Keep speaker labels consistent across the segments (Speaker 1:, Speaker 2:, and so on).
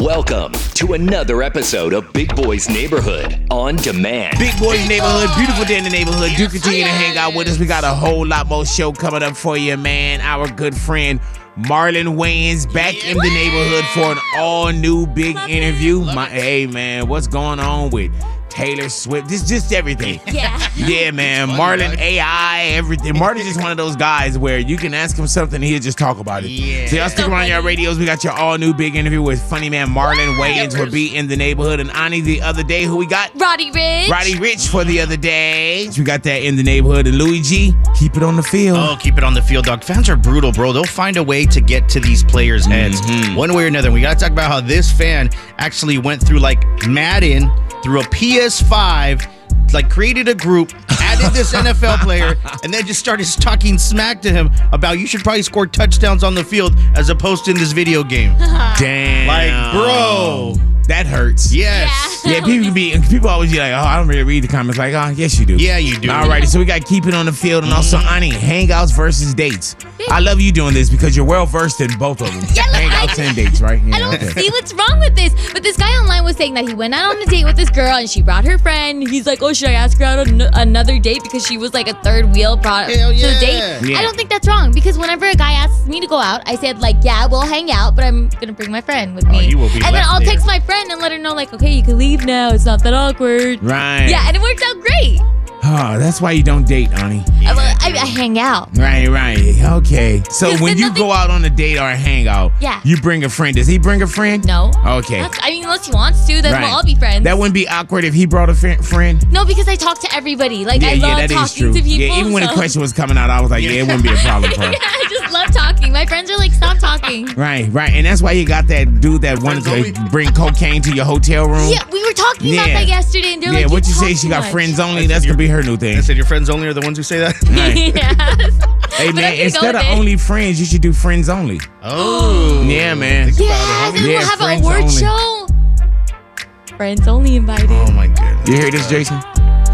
Speaker 1: Welcome to another episode of Big Boy's Neighborhood on Demand.
Speaker 2: Big Boys Neighborhood, beautiful day in the neighborhood. Do continue to hang out with us. We got a whole lot more show coming up for you, man. Our good friend Marlon Wayans back in the neighborhood for an all new big interview. My, hey, man, what's going on with Taylor Swift? This just everything.
Speaker 3: Yeah.
Speaker 2: Yeah, man. Marlon AI, everything. Marlon's just one of those guys where you can ask him something and he'll just talk about it.
Speaker 4: Yeah.
Speaker 2: So y'all stick around your radios. We got your all new big interview with funny man Marlon Wayans will be in the neighborhood. And Ani the other day, who we got?
Speaker 3: Roddy Ridge.
Speaker 2: Roddy Rich for the other day. We got that in the neighborhood. And Louis G, keep it on the field.
Speaker 4: Oh, keep it on the field, dog. Fans are brutal, bro. They'll find a way to get to these players' heads
Speaker 2: Mm-hmm.
Speaker 4: one way or another. We got to talk about how this fan actually went through like Madden through a PS5, like created a group, added this NFL player, and then just started talking smack to him about you should probably score touchdowns on the field as opposed to in this video game.
Speaker 2: Damn.
Speaker 4: Like, bro.
Speaker 2: That hurts.
Speaker 4: Yes.
Speaker 3: Yeah.
Speaker 2: Yeah, people be people always be like, oh, I don't really read the comments. Like, oh, yes, you do.
Speaker 4: Yeah, you do.
Speaker 2: All righty, so we got to keep it on the field and also
Speaker 3: Mm-hmm.
Speaker 2: Ani hangouts versus dates. I love you doing this because you're well versed in both of them.
Speaker 3: Yeah, look,
Speaker 2: hangouts
Speaker 3: I-
Speaker 2: and dates, right? Yeah,
Speaker 3: I don't
Speaker 2: okay.
Speaker 3: see what's wrong with this. But this guy online was saying that he went out on a date with this girl and she brought her friend. He's like, oh, should I ask her out on an- another date because she was like a third wheel brought
Speaker 4: Hell
Speaker 3: to
Speaker 4: yeah.
Speaker 3: the date?
Speaker 2: Yeah.
Speaker 3: I don't think that's wrong because whenever a guy asks me to go out, I said like, yeah, we'll hang out, but I'm gonna bring my friend
Speaker 2: Oh,
Speaker 3: with me.
Speaker 4: you will be
Speaker 3: and then
Speaker 4: left
Speaker 3: I'll
Speaker 4: there.
Speaker 3: text my friend and let her know like, okay, you can leave now. It's not that awkward.
Speaker 2: Right.
Speaker 3: Yeah, and it worked out great.
Speaker 2: Oh, that's why you don't date, Ani.
Speaker 3: I, well, I, I hang out.
Speaker 2: Right, right. Okay. So
Speaker 3: Yes,
Speaker 2: when
Speaker 3: and
Speaker 2: you
Speaker 3: nothing-
Speaker 2: go out on a date or a hangout,
Speaker 3: Yeah.
Speaker 2: you bring a friend. Does he bring a friend?
Speaker 3: No.
Speaker 2: Okay.
Speaker 3: That's- I mean, unless he wants to, then
Speaker 2: Right.
Speaker 3: we'll all be friends.
Speaker 2: That wouldn't be awkward if he brought a fri- friend.
Speaker 3: No, because I talk to everybody. Like
Speaker 2: Yeah,
Speaker 3: I
Speaker 2: yeah,
Speaker 3: love
Speaker 2: that is
Speaker 3: talking
Speaker 2: true.
Speaker 3: to people.
Speaker 2: yeah, even when the
Speaker 3: so-
Speaker 2: question was coming out, I was like, yeah, it wouldn't be a problem for her.
Speaker 3: yeah, I just love talking. My friends are like, stop talking.
Speaker 2: Right, right. And that's why you got that dude that wanted
Speaker 4: Friends
Speaker 2: to bring cocaine to your hotel room.
Speaker 3: Yeah, we were talking about
Speaker 2: Yeah.
Speaker 3: that yesterday, and they're
Speaker 2: Yeah,
Speaker 3: like,
Speaker 2: what you
Speaker 3: talk
Speaker 2: say? She
Speaker 3: too
Speaker 2: got
Speaker 3: much."
Speaker 2: friends only. That's gonna be her new thing.
Speaker 4: I said your friends only are the ones who say that.
Speaker 2: Right.
Speaker 3: yes.
Speaker 2: Hey
Speaker 3: But
Speaker 2: man,
Speaker 3: I'm gonna go
Speaker 2: instead
Speaker 3: with
Speaker 2: of
Speaker 3: it.
Speaker 2: only friends, you should do friends only.
Speaker 4: Oh.
Speaker 2: Yeah, man.
Speaker 4: Think
Speaker 3: Yes,
Speaker 4: about it,
Speaker 3: and
Speaker 4: homie.
Speaker 2: Yeah,
Speaker 3: we'll have
Speaker 2: friends
Speaker 3: an award
Speaker 2: only.
Speaker 3: show. Friends only invited.
Speaker 4: Oh my goodness.
Speaker 2: You hear this, Jason?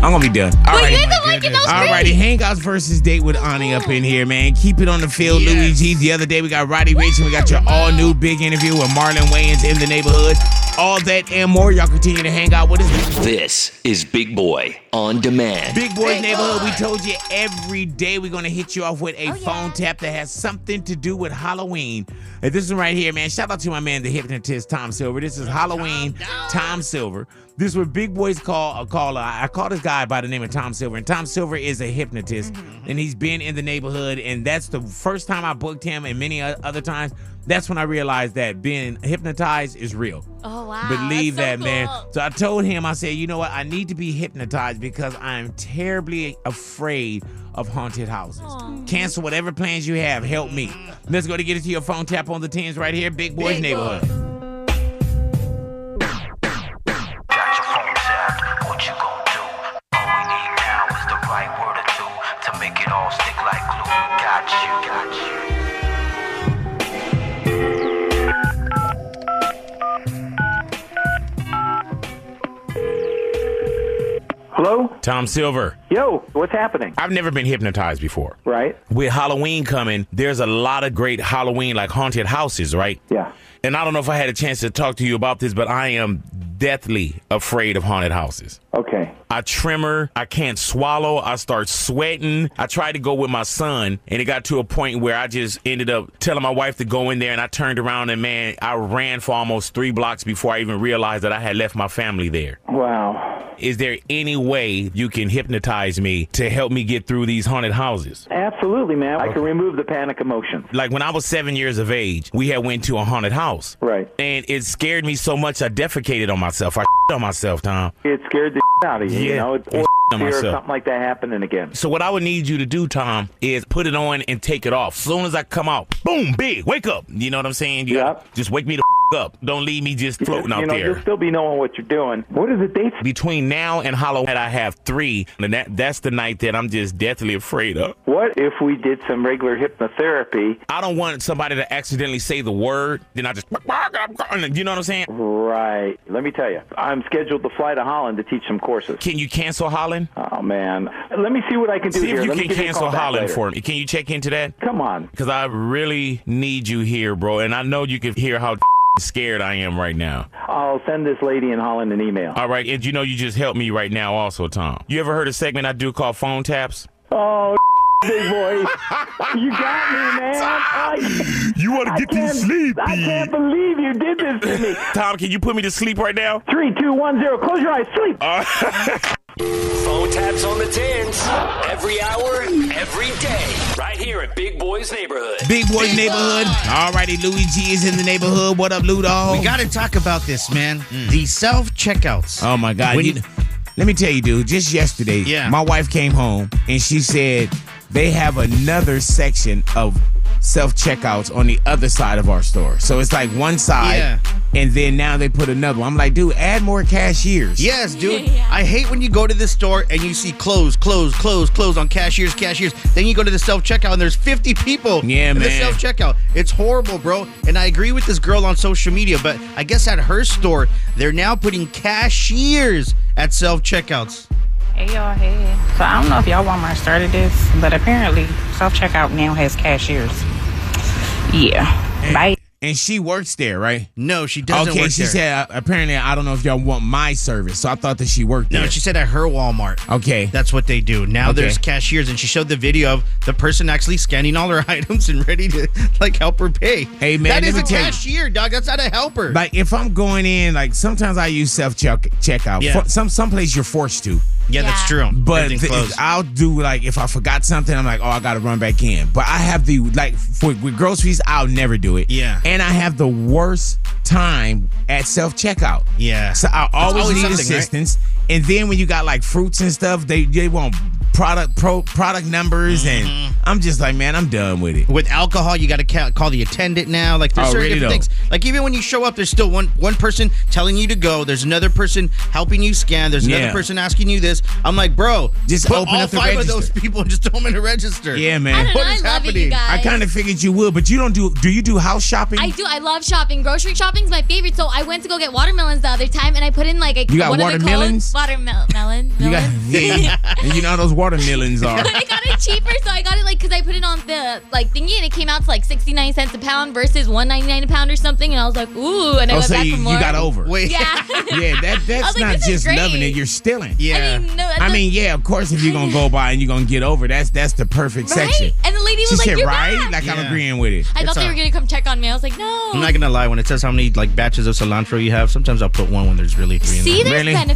Speaker 2: I'm gonna be done. All
Speaker 3: but
Speaker 2: right.
Speaker 3: you didn't like it. That was great.
Speaker 2: Alrighty, hangouts versus date with Ani up in here, man. Keep it on the field,
Speaker 4: Yes.
Speaker 2: Louis G. The other day we got Roddy Rich and we got your all new big interview with Marlon Wayans in the neighborhood. All that and more. Y'all continue to hang out with us.
Speaker 1: This is Big Boy on Demand.
Speaker 2: Big Boys Neighborhood, we told you every day we're going to hit you off with a phone tap that has something to do with Halloween. And this one right here, man. Shout out to my man, the hypnotist, Tom Silver. This is Halloween, Tom Silver. This is what Big Boys call a caller. I I call this guy by the name of Tom Silver. And Tom Silver is a hypnotist, and he's been in the neighborhood. And that's the first time I booked him, and many o- other times. That's when I realized that being hypnotized is real.
Speaker 3: Oh wow.
Speaker 2: Believe that,
Speaker 3: that's so
Speaker 2: man.
Speaker 3: cool.
Speaker 2: So I told him, I said, you know what? I need to be hypnotized because I'm terribly afraid of haunted houses.
Speaker 3: Aw. Mm.
Speaker 2: Cancel whatever plans you have. Help me. Let's go to get it to your phone. Tap on the tens right here, Big Boys Neighborhood.
Speaker 5: Got your phone tapped, what you gon' do? All we need now is the right word or two to make it all stick like glue. Got you, got you.
Speaker 6: Hello?
Speaker 2: Tom Silver.
Speaker 6: Yo, what's happening?
Speaker 2: I've never been hypnotized before.
Speaker 6: Right?
Speaker 2: With Halloween coming, there's a lot of great Halloween, like haunted houses, right?
Speaker 6: Yeah.
Speaker 2: And I don't know if I had a chance to talk to you about this, but I am deathly afraid of haunted houses.
Speaker 6: Okay.
Speaker 2: I tremor. I can't swallow. I start sweating. I tried to go with my son, and it got to a point where I just ended up telling my wife to go in there, and I turned around and man, I ran for almost three blocks before I even realized that I had left my family there.
Speaker 6: Wow.
Speaker 2: Is there any way you can hypnotize me to help me get through these haunted houses?
Speaker 6: Absolutely, man. I can remove the panic emotion.
Speaker 2: Like when I was seven years of age, we had went to a haunted house,
Speaker 6: Right.
Speaker 2: and it scared me so much I defecated on myself. I on myself, Tom.
Speaker 6: It scared the out of you.
Speaker 2: Yeah.
Speaker 6: You know, it,
Speaker 2: I'm
Speaker 6: or
Speaker 2: on
Speaker 6: fear of
Speaker 2: myself.
Speaker 6: something like that happening again.
Speaker 2: So what I would need you to do, Tom, is put it on and take it off. Soon as I come out, boom, big, wake up. You know what I'm saying? You
Speaker 6: Yep.
Speaker 2: gotta just wake me the
Speaker 7: up. Don't leave me just floating out
Speaker 1: you know,
Speaker 7: there.
Speaker 1: you'll still be knowing what you're doing. What are the dates?
Speaker 7: Between now and Halloween, I have three, and that, that's the night that I'm just deathly afraid of.
Speaker 1: What if we did some regular hypnotherapy?
Speaker 7: I don't want somebody to accidentally say the word, then I just, you know what I'm saying?
Speaker 1: Right. Let me tell you, I'm scheduled to fly to Holland to teach some courses.
Speaker 7: Can you cancel Holland?
Speaker 1: Oh man, let me see what I can do
Speaker 7: See
Speaker 1: here.
Speaker 7: if you
Speaker 1: Let me
Speaker 7: can
Speaker 1: give a
Speaker 7: cancel
Speaker 1: call back
Speaker 7: Holland
Speaker 1: later.
Speaker 7: for me. Can you check into that?
Speaker 1: Come on.
Speaker 7: Because I really need you here, bro. And I know you can hear how scared I am right now.
Speaker 1: I'll send this lady in Holland an email.
Speaker 7: All right. And you know, you just helped me right now, also, Tom. You ever heard a segment I do called Phone Taps?
Speaker 1: Oh, big boy, you got me, man. I,
Speaker 7: You want
Speaker 1: I can't, I can't believe you did this to me.
Speaker 7: Tom, can you put me to sleep right now?
Speaker 1: Three, two, one, zero. Close your eyes. Sleep.
Speaker 8: Phone taps on the tens every hour, every day, right here at Big Boy's Neighborhood.
Speaker 2: Big Boy's Neighborhood. All righty, Louis G is in the neighborhood. What up, Ludo?
Speaker 4: We gotta talk about this, man.
Speaker 2: Mm.
Speaker 4: The self checkouts.
Speaker 2: Oh my God!
Speaker 4: When
Speaker 2: You-
Speaker 4: you-
Speaker 2: let me tell you, dude. Just yesterday,
Speaker 4: Yeah.
Speaker 2: my wife came home and she said they have another section of self checkouts on the other side of our store. So it's like one side,
Speaker 4: Yeah.
Speaker 2: and then now they put another. one. I'm like, dude, add more cashiers.
Speaker 4: Yes, dude. I hate when you go to the store and you see clothes, clothes, clothes, clothes on cashiers, cashiers. Then you go to the self checkout and there's 50 people
Speaker 2: Yeah,
Speaker 4: in the
Speaker 2: man.
Speaker 4: self checkout. It's horrible, bro. And I agree with this girl on social media, but I guess at her store, they're now putting cashiers at self checkouts.
Speaker 9: Hey y'all, hey. So I don't know if y'all Walmart started this, but apparently self checkout now has cashiers. Yeah. Bye.
Speaker 2: And she works there, right?
Speaker 4: No, she doesn't
Speaker 2: okay,
Speaker 4: work
Speaker 2: she
Speaker 4: there.
Speaker 2: said uh, apparently I don't know if y'all want my service, so I thought that she worked
Speaker 4: no,
Speaker 2: there.
Speaker 4: she said at her Walmart.
Speaker 2: okay.
Speaker 4: That's what they do. Now
Speaker 2: Okay.
Speaker 4: there's cashiers, and she showed the video of the person actually scanning all her items and ready to like help her pay.
Speaker 2: Hey, man,
Speaker 4: that
Speaker 2: let
Speaker 4: is
Speaker 2: me
Speaker 4: a
Speaker 2: tell you-
Speaker 4: cashier, dog. That's not a helper.
Speaker 2: Like if I'm going in, like sometimes I use self check checkout.
Speaker 4: Yeah.
Speaker 2: For- Some someplace you're forced to.
Speaker 4: yeah,
Speaker 3: Yeah.
Speaker 4: that's true.
Speaker 2: But
Speaker 4: Everything's
Speaker 2: th-
Speaker 4: closed.
Speaker 2: I'll do like if I forgot something, I'm like, oh, I gotta run back in. But I have the like for, with groceries, I'll never do it.
Speaker 4: Yeah.
Speaker 2: and I have the worst time at self checkout.
Speaker 4: Yeah.
Speaker 2: so I always,
Speaker 4: always
Speaker 2: need
Speaker 4: something, right?
Speaker 2: assistance. And then when you got like fruits and stuff, they they want product pro product numbers, and I'm just like, man, I'm done with it.
Speaker 4: Mm-hmm. with alcohol, you got to ca- call the attendant now. Like there's
Speaker 2: Oh,
Speaker 4: certain
Speaker 2: really
Speaker 4: different
Speaker 2: though?
Speaker 4: things. Like even when you show up, there's still one one person telling you to go. There's another person helping you scan. There's another
Speaker 2: Yeah.
Speaker 4: person asking you this. I'm like, bro,
Speaker 2: Just
Speaker 4: put
Speaker 2: open
Speaker 4: all
Speaker 2: up the
Speaker 4: five of those
Speaker 2: register.
Speaker 4: people and just tell them in the register.
Speaker 2: Yeah,
Speaker 3: I
Speaker 2: man.
Speaker 3: don't know.
Speaker 4: What
Speaker 3: I
Speaker 4: is
Speaker 3: love it,
Speaker 4: happening?
Speaker 3: you guys.
Speaker 2: I kind of figured you would, but you don't do. Do you do house shopping?
Speaker 3: I do. I love shopping. Grocery shopping's my favorite. So I went to go get watermelons the other time, and I put in like a
Speaker 2: You got
Speaker 3: what are they called?
Speaker 2: watermelons?
Speaker 3: Watermelon. Melon.
Speaker 2: You got, yeah, and you know how those watermelons are.
Speaker 3: But I got it cheaper, so I got it like because I put it on the like thingy, and it came out to like sixty nine cents a pound versus one ninety nine a pound or something. And I was like, ooh, and I
Speaker 2: Oh,
Speaker 3: went
Speaker 2: so
Speaker 3: back
Speaker 2: you,
Speaker 3: for
Speaker 2: you
Speaker 3: more.
Speaker 2: got over.
Speaker 4: Wait.
Speaker 3: Yeah.
Speaker 2: Yeah, that that's
Speaker 3: like,
Speaker 2: not
Speaker 3: Oh, this is
Speaker 2: just
Speaker 3: great.
Speaker 2: loving it. You're stealing.
Speaker 4: Yeah.
Speaker 3: I mean, no.
Speaker 2: I mean, yeah, of course, if you're gonna go by and you're gonna get over, that's that's the perfect
Speaker 3: right?
Speaker 2: section.
Speaker 3: And the lady
Speaker 2: She
Speaker 3: was like,
Speaker 2: said,
Speaker 3: you're
Speaker 2: right?
Speaker 3: back.
Speaker 2: Like I'm
Speaker 4: Yeah.
Speaker 2: agreeing with it.
Speaker 3: I thought
Speaker 4: It's
Speaker 3: they
Speaker 4: a-
Speaker 3: were gonna come check on me. I was like, no.
Speaker 4: I'm not gonna lie. When it says how many like batches of cilantro you have, sometimes I'll put one when there's really three. in
Speaker 3: See,
Speaker 4: there.
Speaker 3: there's
Speaker 2: Really? Mm.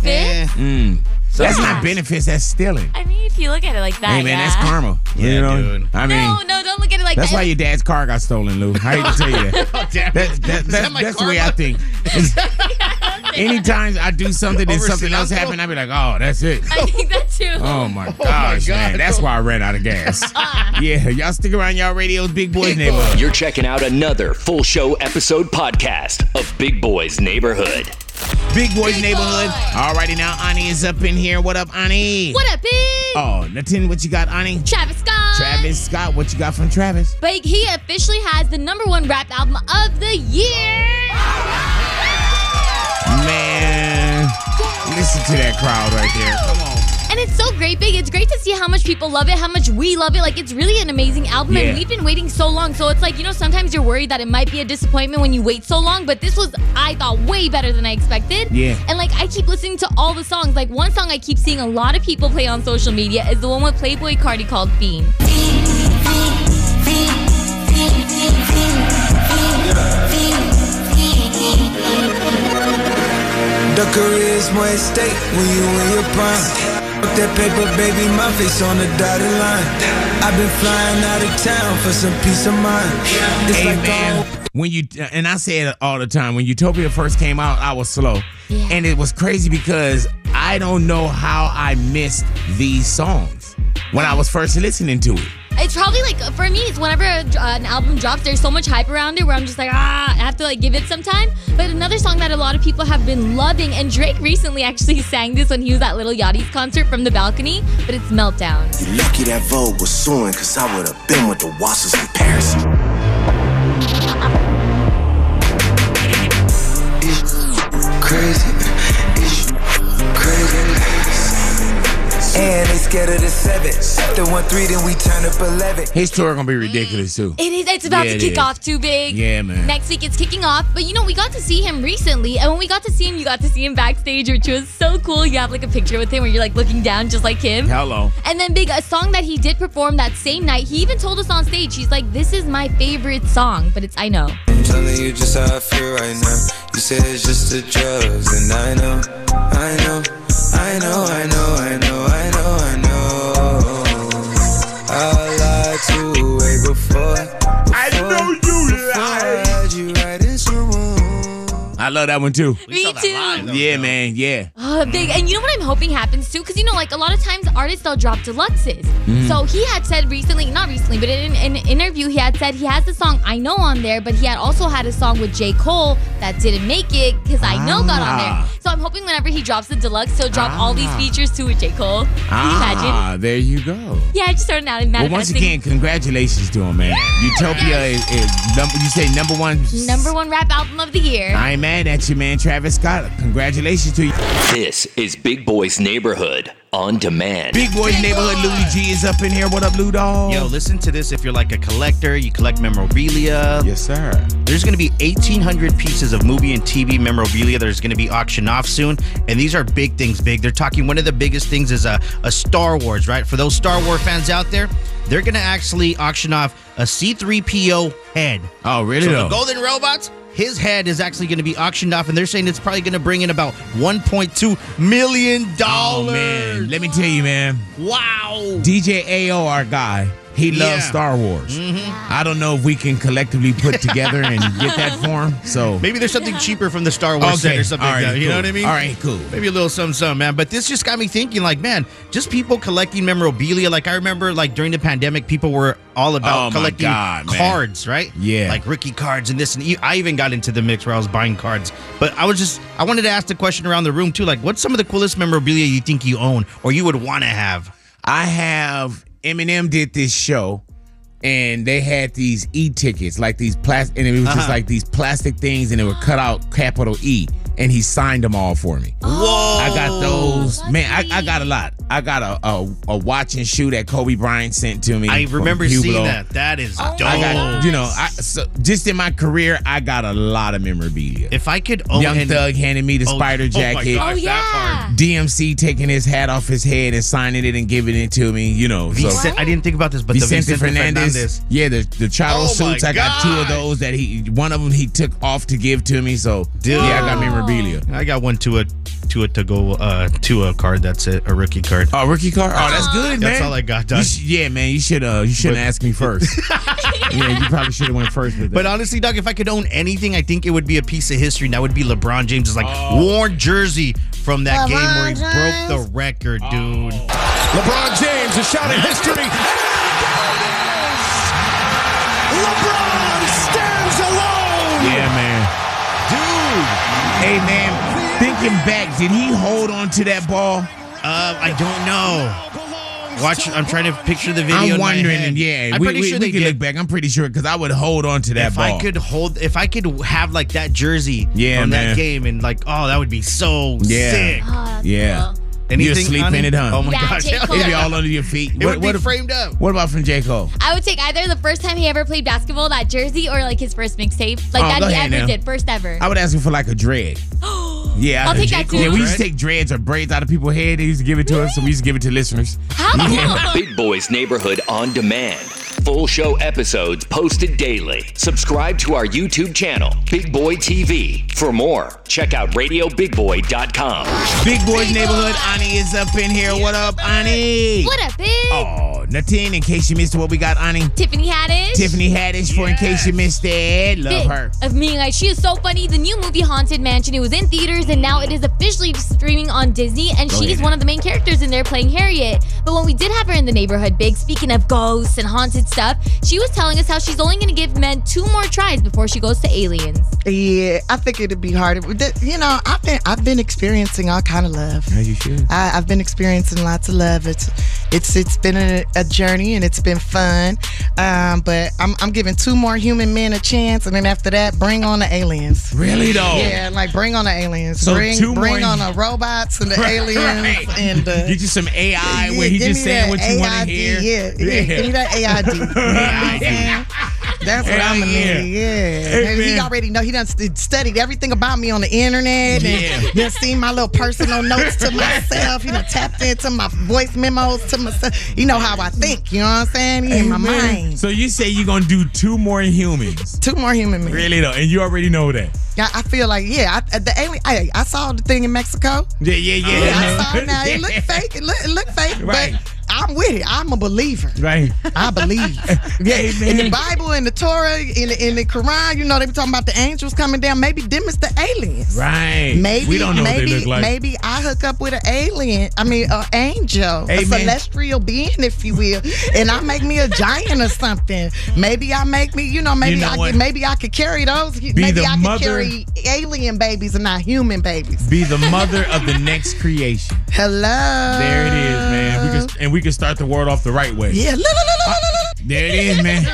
Speaker 3: benefits.
Speaker 4: Eh.
Speaker 2: That's not benefits. That's stealing.
Speaker 3: I mean, if you look at it like that,
Speaker 2: Hey man,
Speaker 3: yeah.
Speaker 2: that's karma. you
Speaker 4: Yeah,
Speaker 2: know?
Speaker 4: dude.
Speaker 2: I mean,
Speaker 3: No, no, don't look at it like
Speaker 2: that's
Speaker 3: that.
Speaker 2: why your dad's car got stolen, Lou. I hate to tell you that.
Speaker 4: Oh, damn it.
Speaker 2: That, that,
Speaker 4: Is
Speaker 2: that,
Speaker 4: that my
Speaker 2: that's the way I
Speaker 4: karma?
Speaker 2: think. Anytime I do something and
Speaker 4: Over
Speaker 2: something else
Speaker 4: cilantro?
Speaker 2: happen, I be like, oh, that's it.
Speaker 3: I think that too.
Speaker 2: Oh my gosh, man.
Speaker 4: God.
Speaker 2: That's why I ran out of gas.
Speaker 3: Ah.
Speaker 2: yeah, y'all stick around y'all radios, big boys neighborhood.
Speaker 8: You're checking out another full show episode podcast of Big Boy's Neighborhood.
Speaker 2: Big Boys
Speaker 3: Big
Speaker 2: Neighborhood.
Speaker 3: boy.
Speaker 2: Alrighty now, Ani is up in here. What up, Ani?
Speaker 3: What up, big?
Speaker 2: Oh, Latin, what you got, Ani?
Speaker 3: Travis Scott.
Speaker 2: Travis Scott, what you got from Travis?
Speaker 3: But he officially has the number one rap album of the year.
Speaker 2: Man, listen to that crowd right there. Come on.
Speaker 3: And it's so great, Big. It's great to see how much people love it, how much we love it. Like, it's really an amazing album,
Speaker 2: Yeah.
Speaker 3: and we've been waiting so long. So, it's like, you know, sometimes you're worried that it might be a disappointment when you wait so long, but this was, I thought, way better than I expected.
Speaker 2: Yeah.
Speaker 3: And, like, I keep listening to all the songs. Like, one song I keep seeing a lot of people play on social media is the one with Playboy Cardi called Fiend.
Speaker 10: The charisma at stake when you in your prime. Fuck that paper, baby, my face on the dotted line. I've been flying out of town for some peace of mind. It's
Speaker 2: Hey
Speaker 10: like all-
Speaker 2: man, when you and I say it all the time, when Utopia first came out, I was slow,
Speaker 3: Yeah.
Speaker 2: and it was crazy because I don't know how I missed these songs when I was first listening to it.
Speaker 3: It's probably like for me, it's whenever a, an album drops, there's so much hype around it where I'm just like, ah, I have to like give it some time. But another song that a lot of people have been loving, and Drake recently actually sang this when he was at Little Yachty's concert from the balcony, but it's Meltdown.
Speaker 11: You lucky that Vogue was suing, cause I would have been with the Wassers comparison.
Speaker 10: Crazy. Crazy. And they scared of the seven. After one three, then we turn up eleven.
Speaker 2: His tour gonna be ridiculous too.
Speaker 3: It is. It's about
Speaker 2: Yeah,
Speaker 3: to
Speaker 2: it
Speaker 3: kick
Speaker 2: is.
Speaker 3: off too big.
Speaker 2: Yeah, man.
Speaker 3: Next week it's kicking off, but you know we got to see him recently, and when we got to see him, you got to see him backstage, which was so cool. You have like a picture with him where you're like looking down, just like him.
Speaker 2: Hello.
Speaker 3: And then Big, a song that he did perform that same night, he even told us on stage, he's like, "This is my favorite song," but it's I know.
Speaker 10: I'm telling you just how I feel right now. You say it's just the drugs, and I know, I know, I know, I know, I know, I know, I know. I lied to you way before. I know you lied. you right in
Speaker 2: I love that one too.
Speaker 3: Me too.
Speaker 2: Yeah, man. Yeah.
Speaker 3: Oh, big. And you know what I'm hoping happens too? Because, you know, like a lot of times artists, they'll drop deluxes.
Speaker 2: Mm.
Speaker 3: So he had said recently, not recently, but in an interview, he had said he has the song I Know on there, but he had also had a song with J. Cole that didn't make it because I Know got on
Speaker 2: Ah.
Speaker 3: there. So I'm hoping whenever he drops the deluxe, he'll drop all these
Speaker 2: Ah.
Speaker 3: features too with J. Cole. Can you imagine?
Speaker 2: Ah, there you go.
Speaker 3: Yeah, I just started out in
Speaker 2: Well, once
Speaker 3: manifesting.
Speaker 2: again, congratulations to him, man. Utopia is, is number. You say number one.
Speaker 3: Number one rap album of the year.
Speaker 2: I ain't mad at you, man. Travis Scott. Congratulations to you.
Speaker 1: This is Big Boy's Neighborhood on demand.
Speaker 2: Big Boys Neighborhood. Louis G is up in here. What up, Lou Dog?
Speaker 4: Yo, listen to this. If you're like a collector, you collect memorabilia.
Speaker 2: Yes, sir.
Speaker 4: There's going to be 1,800 pieces of movie and TV memorabilia that is going to be auctioned off soon. And these are big things, big. They're talking one of the biggest things is a, a Star Wars, right? For those Star Wars fans out there, they're going to actually auction off a C3PO head.
Speaker 2: Oh, really?
Speaker 4: So
Speaker 2: though?
Speaker 4: the Golden Robots, his head is actually going to be auctioned off, and they're saying it's probably going to bring in about 1.2 million
Speaker 2: Oh
Speaker 4: dollars.
Speaker 2: man, let me tell you, man.
Speaker 4: wow.
Speaker 2: DJ AO, our guy, he loves
Speaker 4: Yeah.
Speaker 2: Star Wars. I don't know if we can collectively put together and get that for him. So
Speaker 4: Maybe there's something cheaper from the Star Wars set or something.
Speaker 2: Oh. all right,
Speaker 4: like that, You know
Speaker 2: cool.
Speaker 4: what I mean?
Speaker 2: All right, cool.
Speaker 4: Maybe a little some some man, but this just got me thinking. Like, man, just people collecting memorabilia. Like, I remember, like during the pandemic, people were all
Speaker 2: Oh, my
Speaker 4: about collecting
Speaker 2: God, man.
Speaker 4: cards, right?
Speaker 2: Yeah.
Speaker 4: like rookie cards and this and e- I even got into the mix where I was buying cards. But I was just, I wanted to ask the question around the room too. Like, what's some of the coolest memorabilia you think you own or you would want to have?
Speaker 2: I have Eminem did this show, and they had these e tickets, like these plastic, and it was just
Speaker 4: Uh-huh.
Speaker 2: like these plastic things, and they were cut out capital E, and he signed them all for me.
Speaker 4: Whoa!
Speaker 2: I got those. Man, I, I
Speaker 3: lucky.
Speaker 2: got a lot. I got a, a a watch and shoe that Kobe Bryant sent to me.
Speaker 4: I
Speaker 2: from
Speaker 4: remember
Speaker 2: Hublot.
Speaker 4: seeing that. That is
Speaker 3: Oh my
Speaker 4: dope.
Speaker 2: I got,
Speaker 3: gosh.
Speaker 2: you know, I so just in my career, I got a lot of memorabilia.
Speaker 4: if I could own
Speaker 2: Young
Speaker 4: an-
Speaker 2: Thug handed me the
Speaker 4: Oh,
Speaker 2: spider
Speaker 4: oh my
Speaker 2: jacket.
Speaker 4: gosh.
Speaker 3: Oh,
Speaker 4: That
Speaker 3: yeah.
Speaker 4: part.
Speaker 2: DMC taking his hat off his head and signing it and giving it to me. You know, so
Speaker 4: Vicen- I didn't think about this, but
Speaker 2: Vicente,
Speaker 4: the Vicente
Speaker 2: Fernandez.
Speaker 4: Fernandez.
Speaker 2: Yeah, the the
Speaker 4: Oh
Speaker 2: child
Speaker 4: my
Speaker 2: suits. I got two of
Speaker 4: God.
Speaker 2: those that he one of them he took off to give to me. So
Speaker 4: Dude.
Speaker 2: yeah, I got
Speaker 3: Wow.
Speaker 2: memorabilia.
Speaker 4: I got one Tua Tua to go uh Tua card. That's it, a rookie card.
Speaker 2: Oh, rookie card. Oh, that's good, man.
Speaker 4: That's all I got, Doc.
Speaker 2: You sh- yeah, man. You should uh you shouldn't
Speaker 4: But-
Speaker 2: ask me first. yeah, you probably should have went first with that.
Speaker 4: But honestly, Doug, if I could own anything, I think it would be a piece of history. And that would be LeBron James's like
Speaker 2: Oh.
Speaker 4: worn jersey from that game where he broke the record, dude.
Speaker 2: Oh.
Speaker 12: LeBron James, a shot in history. And there it is! LeBron stands alone.
Speaker 2: yeah, man.
Speaker 12: Dude.
Speaker 2: Hey, man. Thinking back, did he hold on to that ball?
Speaker 4: Uh, I don't know. Watch, I'm trying to picture the video. in
Speaker 2: I'm
Speaker 4: my
Speaker 2: wondering,
Speaker 4: head.
Speaker 2: and yeah,
Speaker 4: I'm
Speaker 2: we,
Speaker 4: pretty
Speaker 2: we-
Speaker 4: sure
Speaker 2: we
Speaker 4: they
Speaker 2: can
Speaker 4: did.
Speaker 2: look back. I'm pretty sure because I would hold on to that
Speaker 4: if
Speaker 2: ball.
Speaker 4: I could hold, if I could have like that jersey
Speaker 2: Yeah,
Speaker 4: from
Speaker 2: man.
Speaker 4: that game, and like, oh, that would be so
Speaker 2: Yeah.
Speaker 4: sick.
Speaker 3: Oh, that's
Speaker 2: Yeah.
Speaker 3: cool.
Speaker 2: You're sleeping
Speaker 4: honey?
Speaker 2: at home.
Speaker 4: Oh my
Speaker 3: Yeah,
Speaker 4: gosh,
Speaker 3: J.
Speaker 4: hell
Speaker 3: Cole.
Speaker 2: It'd be
Speaker 4: yeah.
Speaker 2: all under your feet.
Speaker 4: It would be
Speaker 2: what,
Speaker 4: framed up.
Speaker 2: what about from J. Cole?
Speaker 3: I would take either the first time he ever played basketball, that jersey, or like his first mixtape. Like
Speaker 2: Oh,
Speaker 3: that
Speaker 2: go
Speaker 3: he
Speaker 2: ahead
Speaker 3: ever
Speaker 2: now.
Speaker 3: did, first ever.
Speaker 2: I would ask him for like a dread. Yeah,
Speaker 3: I'll
Speaker 2: I'd-
Speaker 3: take that too.
Speaker 2: Yeah, we used to
Speaker 4: Dread?
Speaker 2: take dreads or braids out of people's head. They used to give it to us, so we used to give it to listeners.
Speaker 3: How cool?
Speaker 1: Big Boy's Neighborhood on demand. Full show episodes posted daily. Subscribe to our YouTube channel, Big Boy TV. For more, check out RadioBigBoy.com.
Speaker 2: Big Boys Neighborhood, Ani is up in here. What up, Ani?
Speaker 3: what a big
Speaker 2: Oh, show. Natine, in case you missed what we got, Ani.
Speaker 3: Tiffany Haddish.
Speaker 2: Tiffany Haddish for in case you missed it. Love
Speaker 3: Bit
Speaker 2: her.
Speaker 3: Of me, like she is so funny. The new movie Haunted Mansion. It was in theaters and now it is officially streaming on Disney. And
Speaker 2: Go
Speaker 3: she
Speaker 2: ahead.
Speaker 3: is one of the main characters in there playing Harriet. But when we did have her in the neighborhood, big speaking of ghosts and haunted stuff, she was telling us how she's only going to give men two more tries before she goes to aliens.
Speaker 13: Yeah, I think it'd be harder. But that- You know, I've been I've been experiencing all kind of love.
Speaker 2: As you should.
Speaker 13: I, I've been experiencing lots of love. It's it's it's been a, a journey and it's been fun. Um, but I'm I'm giving two more human men a chance, and then after that, bring on the aliens.
Speaker 2: Really, though?
Speaker 13: Yeah, like bring on the aliens.
Speaker 2: So
Speaker 13: bring
Speaker 2: two
Speaker 13: bring
Speaker 2: more-
Speaker 13: on the robots and the
Speaker 2: Right,
Speaker 13: aliens
Speaker 2: right.
Speaker 13: and the.
Speaker 2: Get you some AI
Speaker 13: Yeah,
Speaker 2: where he
Speaker 13: give
Speaker 2: just
Speaker 13: me that
Speaker 2: saying what you want
Speaker 13: AID,
Speaker 2: to hear.
Speaker 13: Yeah, yeah, give me that AID. You know what I'm saying? That's what I'm gonna
Speaker 2: Yeah.
Speaker 13: need. Yeah,
Speaker 2: Hey,
Speaker 13: And he
Speaker 2: man.
Speaker 13: already know. He done st- studied everything about me on the internet. And
Speaker 2: Yeah.
Speaker 13: done seen my little personal notes to myself. He done tapped into my voice memos to myself. You know how I think. You know what I'm saying? He in my mind.
Speaker 2: So you say you're gonna do two more humans?
Speaker 13: Two more human men.
Speaker 2: Really though, and you already know that.
Speaker 13: I, I feel like yeah. I, the alien. I, I saw the thing in Mexico.
Speaker 2: Yeah, yeah, yeah.
Speaker 13: I saw it now. It looked fake. It look, it look fake.
Speaker 2: Right.
Speaker 13: But I'm with it. I'm a believer.
Speaker 2: Right.
Speaker 13: I believe. Yeah, in the Bible, in the Torah, in the, in the Quran, you know, they be talking about the angels coming down. Maybe them is the aliens.
Speaker 2: Right.
Speaker 13: Maybe
Speaker 2: We don't know what they
Speaker 13: maybe
Speaker 2: look like.
Speaker 13: maybe I hook up with an alien. I mean, an angel, a
Speaker 2: Amen.
Speaker 13: celestial being, if you will, and I make me a giant or something. Maybe I make me, you know, maybe
Speaker 2: know
Speaker 13: I
Speaker 2: what?
Speaker 13: could, maybe I could carry those.
Speaker 2: Be
Speaker 13: maybe
Speaker 2: the
Speaker 13: I could
Speaker 2: mother-
Speaker 13: carry alien babies and not human babies.
Speaker 2: Be the mother of the next creation.
Speaker 13: Hello.
Speaker 2: There it is, man. We can, and we can start the world off the right way.
Speaker 13: Yeah. Look, look, look, look, look, look.
Speaker 2: There it is, man.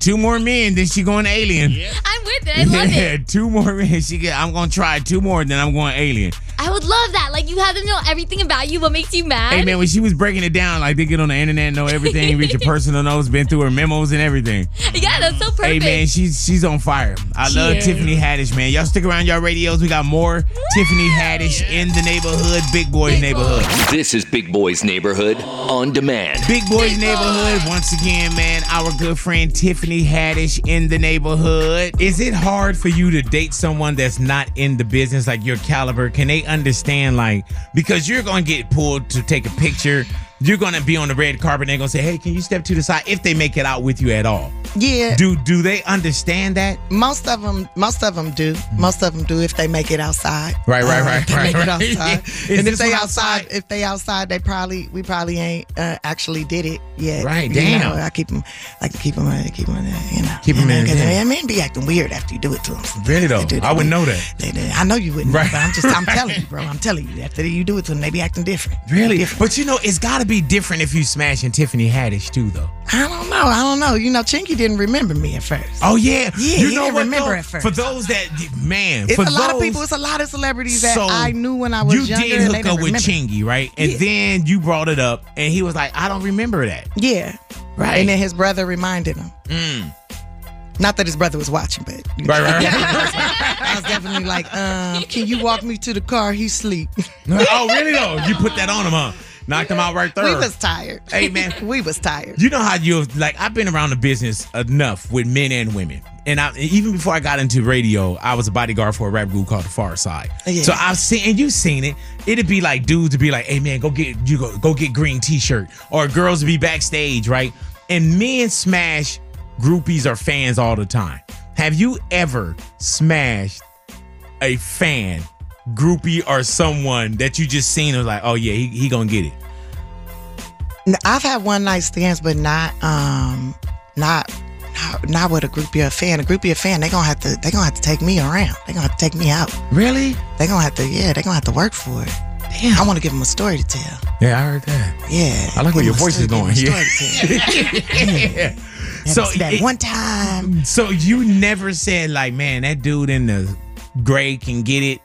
Speaker 2: Two more men, then she going alien.
Speaker 3: I'm with it. I love it.
Speaker 2: Yeah, two more men. She get. I'm gonna try two more, then I'm going alien.
Speaker 3: I would love that. Like you have them know everything about you, what makes you mad.
Speaker 2: Hey man, when she was breaking it down, like they get on the internet, know everything, read your personal notes, been through her memos and everything.
Speaker 3: Yeah, that's so perfect.
Speaker 2: Hey man, she's she's on fire. I
Speaker 3: She
Speaker 2: love
Speaker 3: is.
Speaker 2: Tiffany Haddish, man. Y'all stick around, y'all radios. We got more Tiffany Haddish in the neighborhood, Big Boys neighborhood.
Speaker 1: This is Big Boy's Neighborhood on demand.
Speaker 2: Big Boys Neighborhood, once again, man, our good friend Tiffany Haddish in the neighborhood. Is it hard for you to date someone that's not in the business, like your caliber? Can they understand, like, because you're going to get pulled to take a picture, you're going to be on the red carpet, and they're going to say, hey, can you step to the side if they make it out with you at all?
Speaker 13: Yeah.
Speaker 2: Do, do they understand that? Mm-hmm.
Speaker 13: Most of them, most of them do. Most of them do if they make it outside.
Speaker 2: Right, right,
Speaker 13: Uh,
Speaker 2: right,
Speaker 13: if they
Speaker 2: right,
Speaker 13: make it
Speaker 2: right.
Speaker 13: outside.
Speaker 2: Is
Speaker 13: and
Speaker 2: this
Speaker 13: if they
Speaker 2: one
Speaker 13: outside, if they outside, they probably we probably ain't uh, actually did it yet.
Speaker 2: Right,
Speaker 13: You
Speaker 2: damn.
Speaker 13: know, I keep them, I can keep them, I keep them, you know.
Speaker 2: Keep 'em in
Speaker 13: Because
Speaker 2: there.
Speaker 13: man, men be acting weird after you do it to them.
Speaker 2: Really, though?
Speaker 13: do that.
Speaker 2: I wouldn't know that.
Speaker 13: They, they, I know you wouldn't.
Speaker 2: Right.
Speaker 13: But I'm just, I'm telling you, bro. I'm telling you. After you do it to them, they be acting different.
Speaker 2: Really? But you know, it's got to be different if you smashing Tiffany Haddish, too, though.
Speaker 13: I don't know. I don't know. You know, Chinky didn't remember me at first.
Speaker 2: Oh yeah,
Speaker 13: Yeah,
Speaker 2: You
Speaker 13: he
Speaker 2: know
Speaker 13: didn't
Speaker 2: what?
Speaker 13: remember
Speaker 2: though?
Speaker 13: at first.
Speaker 2: For those that man,
Speaker 13: It's
Speaker 2: for
Speaker 13: a lot of
Speaker 2: those-
Speaker 13: people. It's a lot of celebrities that
Speaker 2: So,
Speaker 13: I knew when I was
Speaker 2: you
Speaker 13: younger.
Speaker 2: did
Speaker 13: and they
Speaker 2: hook
Speaker 13: didn't
Speaker 2: up with
Speaker 13: remember.
Speaker 2: Chingy, right? And
Speaker 13: Yeah.
Speaker 2: then you brought it up, and he was like, "I don't remember that."
Speaker 13: Yeah.
Speaker 2: Right.
Speaker 13: And then his brother reminded him. Mm. Not that his brother was watching, but
Speaker 2: Right, right, right.
Speaker 13: I was definitely like, um, can you walk me to the car? He sleep.
Speaker 2: oh, really? Though you put that on him, huh? Knocked him out right there.
Speaker 13: We was tired.
Speaker 2: Hey, man.
Speaker 13: we was tired.
Speaker 2: You know how you like I've been around the business enough with men and women. And I even before I got into radio, I was a bodyguard for a rap group called The Far Side.
Speaker 13: Yeah.
Speaker 2: So I've seen and you've seen it. It'd be like dudes to be like, hey man, go get you go go get green t-shirt. Or girls would be backstage, right? And men smash groupies or fans all the time. Have you ever smashed a fan, groupie, or someone that you just seen and was like, oh yeah, he, he gonna get it?
Speaker 13: N- I've had one night stands, but not um not not, not with a groupie or a fan. A groupie or fan, they gonna have to they gonna have to take me around. They gonna have to take me out.
Speaker 2: Really?
Speaker 13: They gonna have to yeah, they gonna have to work for it. Damn. I wanna give them a story to tell.
Speaker 2: Yeah, I heard that.
Speaker 13: Yeah.
Speaker 2: I like where
Speaker 13: Give
Speaker 2: your
Speaker 13: them a
Speaker 2: voice is
Speaker 13: story-
Speaker 2: going.
Speaker 13: give them a
Speaker 2: Yeah.
Speaker 13: story to tell.
Speaker 2: yeah.
Speaker 13: So that
Speaker 2: it-
Speaker 13: one time.
Speaker 2: So you never said like, man, that dude in the gray can get it.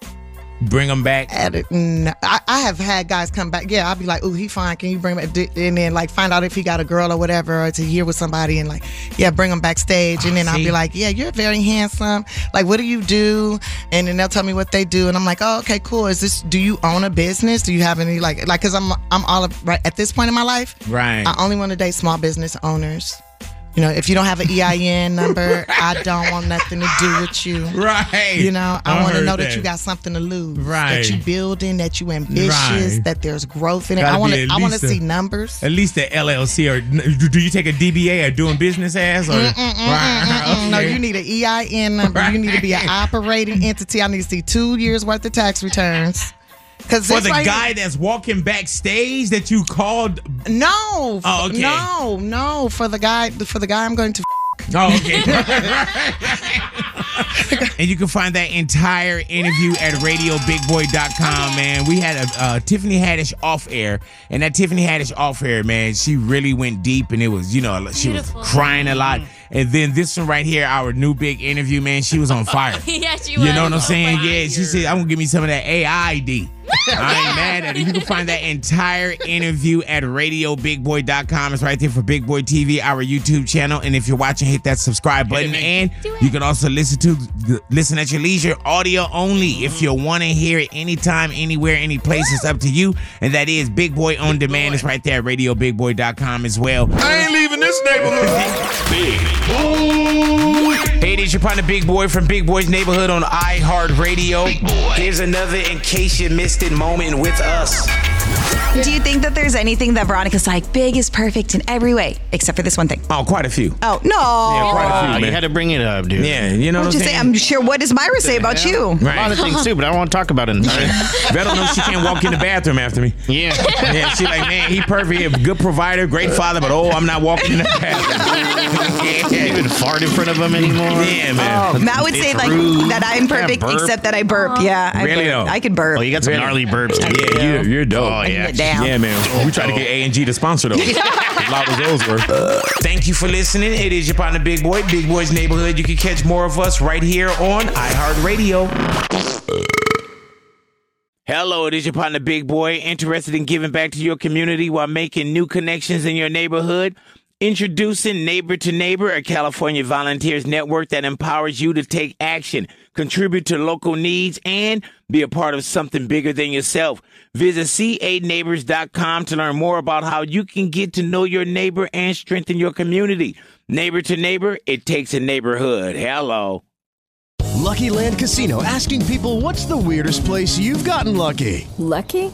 Speaker 2: Bring him back.
Speaker 13: At it, no, I, I have had guys come back. Yeah, I'll be like, "Ooh, he fine. Can you bring him?" back?" And then like find out if he got a girl or whatever, or to hear with somebody, and like, yeah, bring him backstage. And then I'll
Speaker 14: see?
Speaker 13: be like, "Yeah, you're very handsome. Like, what do you do?" And then they'll tell me what they do, and I'm like, "Oh, okay, cool. Is this? Do you own a business? Do you have any like like? Cause I'm I'm all of, right at this point in my life.
Speaker 2: Right.
Speaker 13: I only want to date small business owners. You know, if you don't have an EIN number, I don't want nothing to do with you.
Speaker 2: Right.
Speaker 13: You know, I,
Speaker 2: I
Speaker 13: want to
Speaker 2: heard
Speaker 13: know that.
Speaker 2: that.
Speaker 13: you got something to lose.
Speaker 2: Right.
Speaker 13: That you building, that you ambitious,
Speaker 2: Right.
Speaker 13: that there's growth in it.
Speaker 2: Gotta
Speaker 13: I
Speaker 2: be
Speaker 13: want to.
Speaker 2: at
Speaker 13: I want to
Speaker 2: least a-
Speaker 13: see numbers.
Speaker 2: At least the LLC or do- do you take a DBA or doing business as or
Speaker 13: Mm-mm, mm-mm, mm-mm. mm, No,
Speaker 2: Okay.
Speaker 13: you need an EIN number. You need to be an operating entity. I need to see two years worth of tax returns. Because
Speaker 2: for the guy that's walking backstage that you called.
Speaker 13: No. Oh,
Speaker 2: Oh, okay.
Speaker 13: No, no, for the guy, for the guy I'm going to.
Speaker 2: Oh, okay. and you can find that entire interview at radiobigboy.com, man. We had a uh, Tiffany Haddish off air, and that Tiffany Haddish off air, man, she really went deep, and it was, you know, she
Speaker 3: Beautiful.
Speaker 2: was crying a lot. And then this one right here, our new big interview, man, she was on fire.
Speaker 3: yeah, she
Speaker 2: You
Speaker 3: was.
Speaker 2: know what I'm saysaying? Yeah, she said, I'm gonna give me some of that AID. I ain't mad at it. You can find that entire interview at radiobigboy.com. It's right there for Big Boy TV, our YouTube channel. And if you're watching, hit that subscribe button. And you can also listen to listen at your leisure, audio only. If you want to hear it anytime, anywhere, any place, it's up to you. And that is Big Boy on Demand. It's right there at radiobigboy.com as well.
Speaker 12: I ain't leaving this neighborhood. Big.
Speaker 2: Hey, this your partner, Big Boy from Big Boy's Neighborhood on iHeartRadio. Here's another in case you missed it moment with us.
Speaker 14: Do you think that there's anything that Veronica's like, big is perfect in every way, except for this one thing?
Speaker 2: Oh, quite a few.
Speaker 14: Oh, no.
Speaker 4: Oh, Yeah, quite
Speaker 15: Oh.
Speaker 4: a few.
Speaker 2: man.
Speaker 4: You had to bring it up, dude.
Speaker 2: Yeah, you know
Speaker 14: What you say? I'm sure. What does Myra say about you?
Speaker 4: A lot of things too, but I don't want to talk about it.
Speaker 2: Better know she can't walk in the bathroom after me.
Speaker 4: Yeah.
Speaker 2: Yeah, she like, man, he perfect, he a good provider, great father, but oh, I'm not walking in the bathroom.
Speaker 4: Can't even fart in front of him anymore. Oh,
Speaker 2: Yeah, man.
Speaker 14: Matt would say like that I'm perfect except that I burp. Yeah, I
Speaker 2: Really
Speaker 14: burp.
Speaker 2: though?
Speaker 14: I could burp.
Speaker 4: Oh, you got some gnarly burps. Too.
Speaker 2: Yeah, you're, you're dope.
Speaker 4: Oh, yeah.
Speaker 14: Damn.
Speaker 2: Yeah, man. We tried to get A and G to sponsor those. a lot of those were. Thank you for listening. It is your partner, Big Boy, Big Boy's Neighborhood. You can catch more of us right here on iHeartRadio.
Speaker 8: Hello, it is your partner, Big Boy, interested in giving back to your community while making new connections in your neighborhood. Introducing Neighbor to Neighbor, a California volunteers network that empowers you to take action, contribute to local needs, and be a part of something bigger than yourself. Visit c8neighbors.com to learn more about how you can get to know your neighbor and strengthen your community. Neighbor to Neighbor, it takes a neighborhood. Hello.
Speaker 16: Lucky Land Casino asking people what's the weirdest place you've gotten lucky?
Speaker 17: Lucky?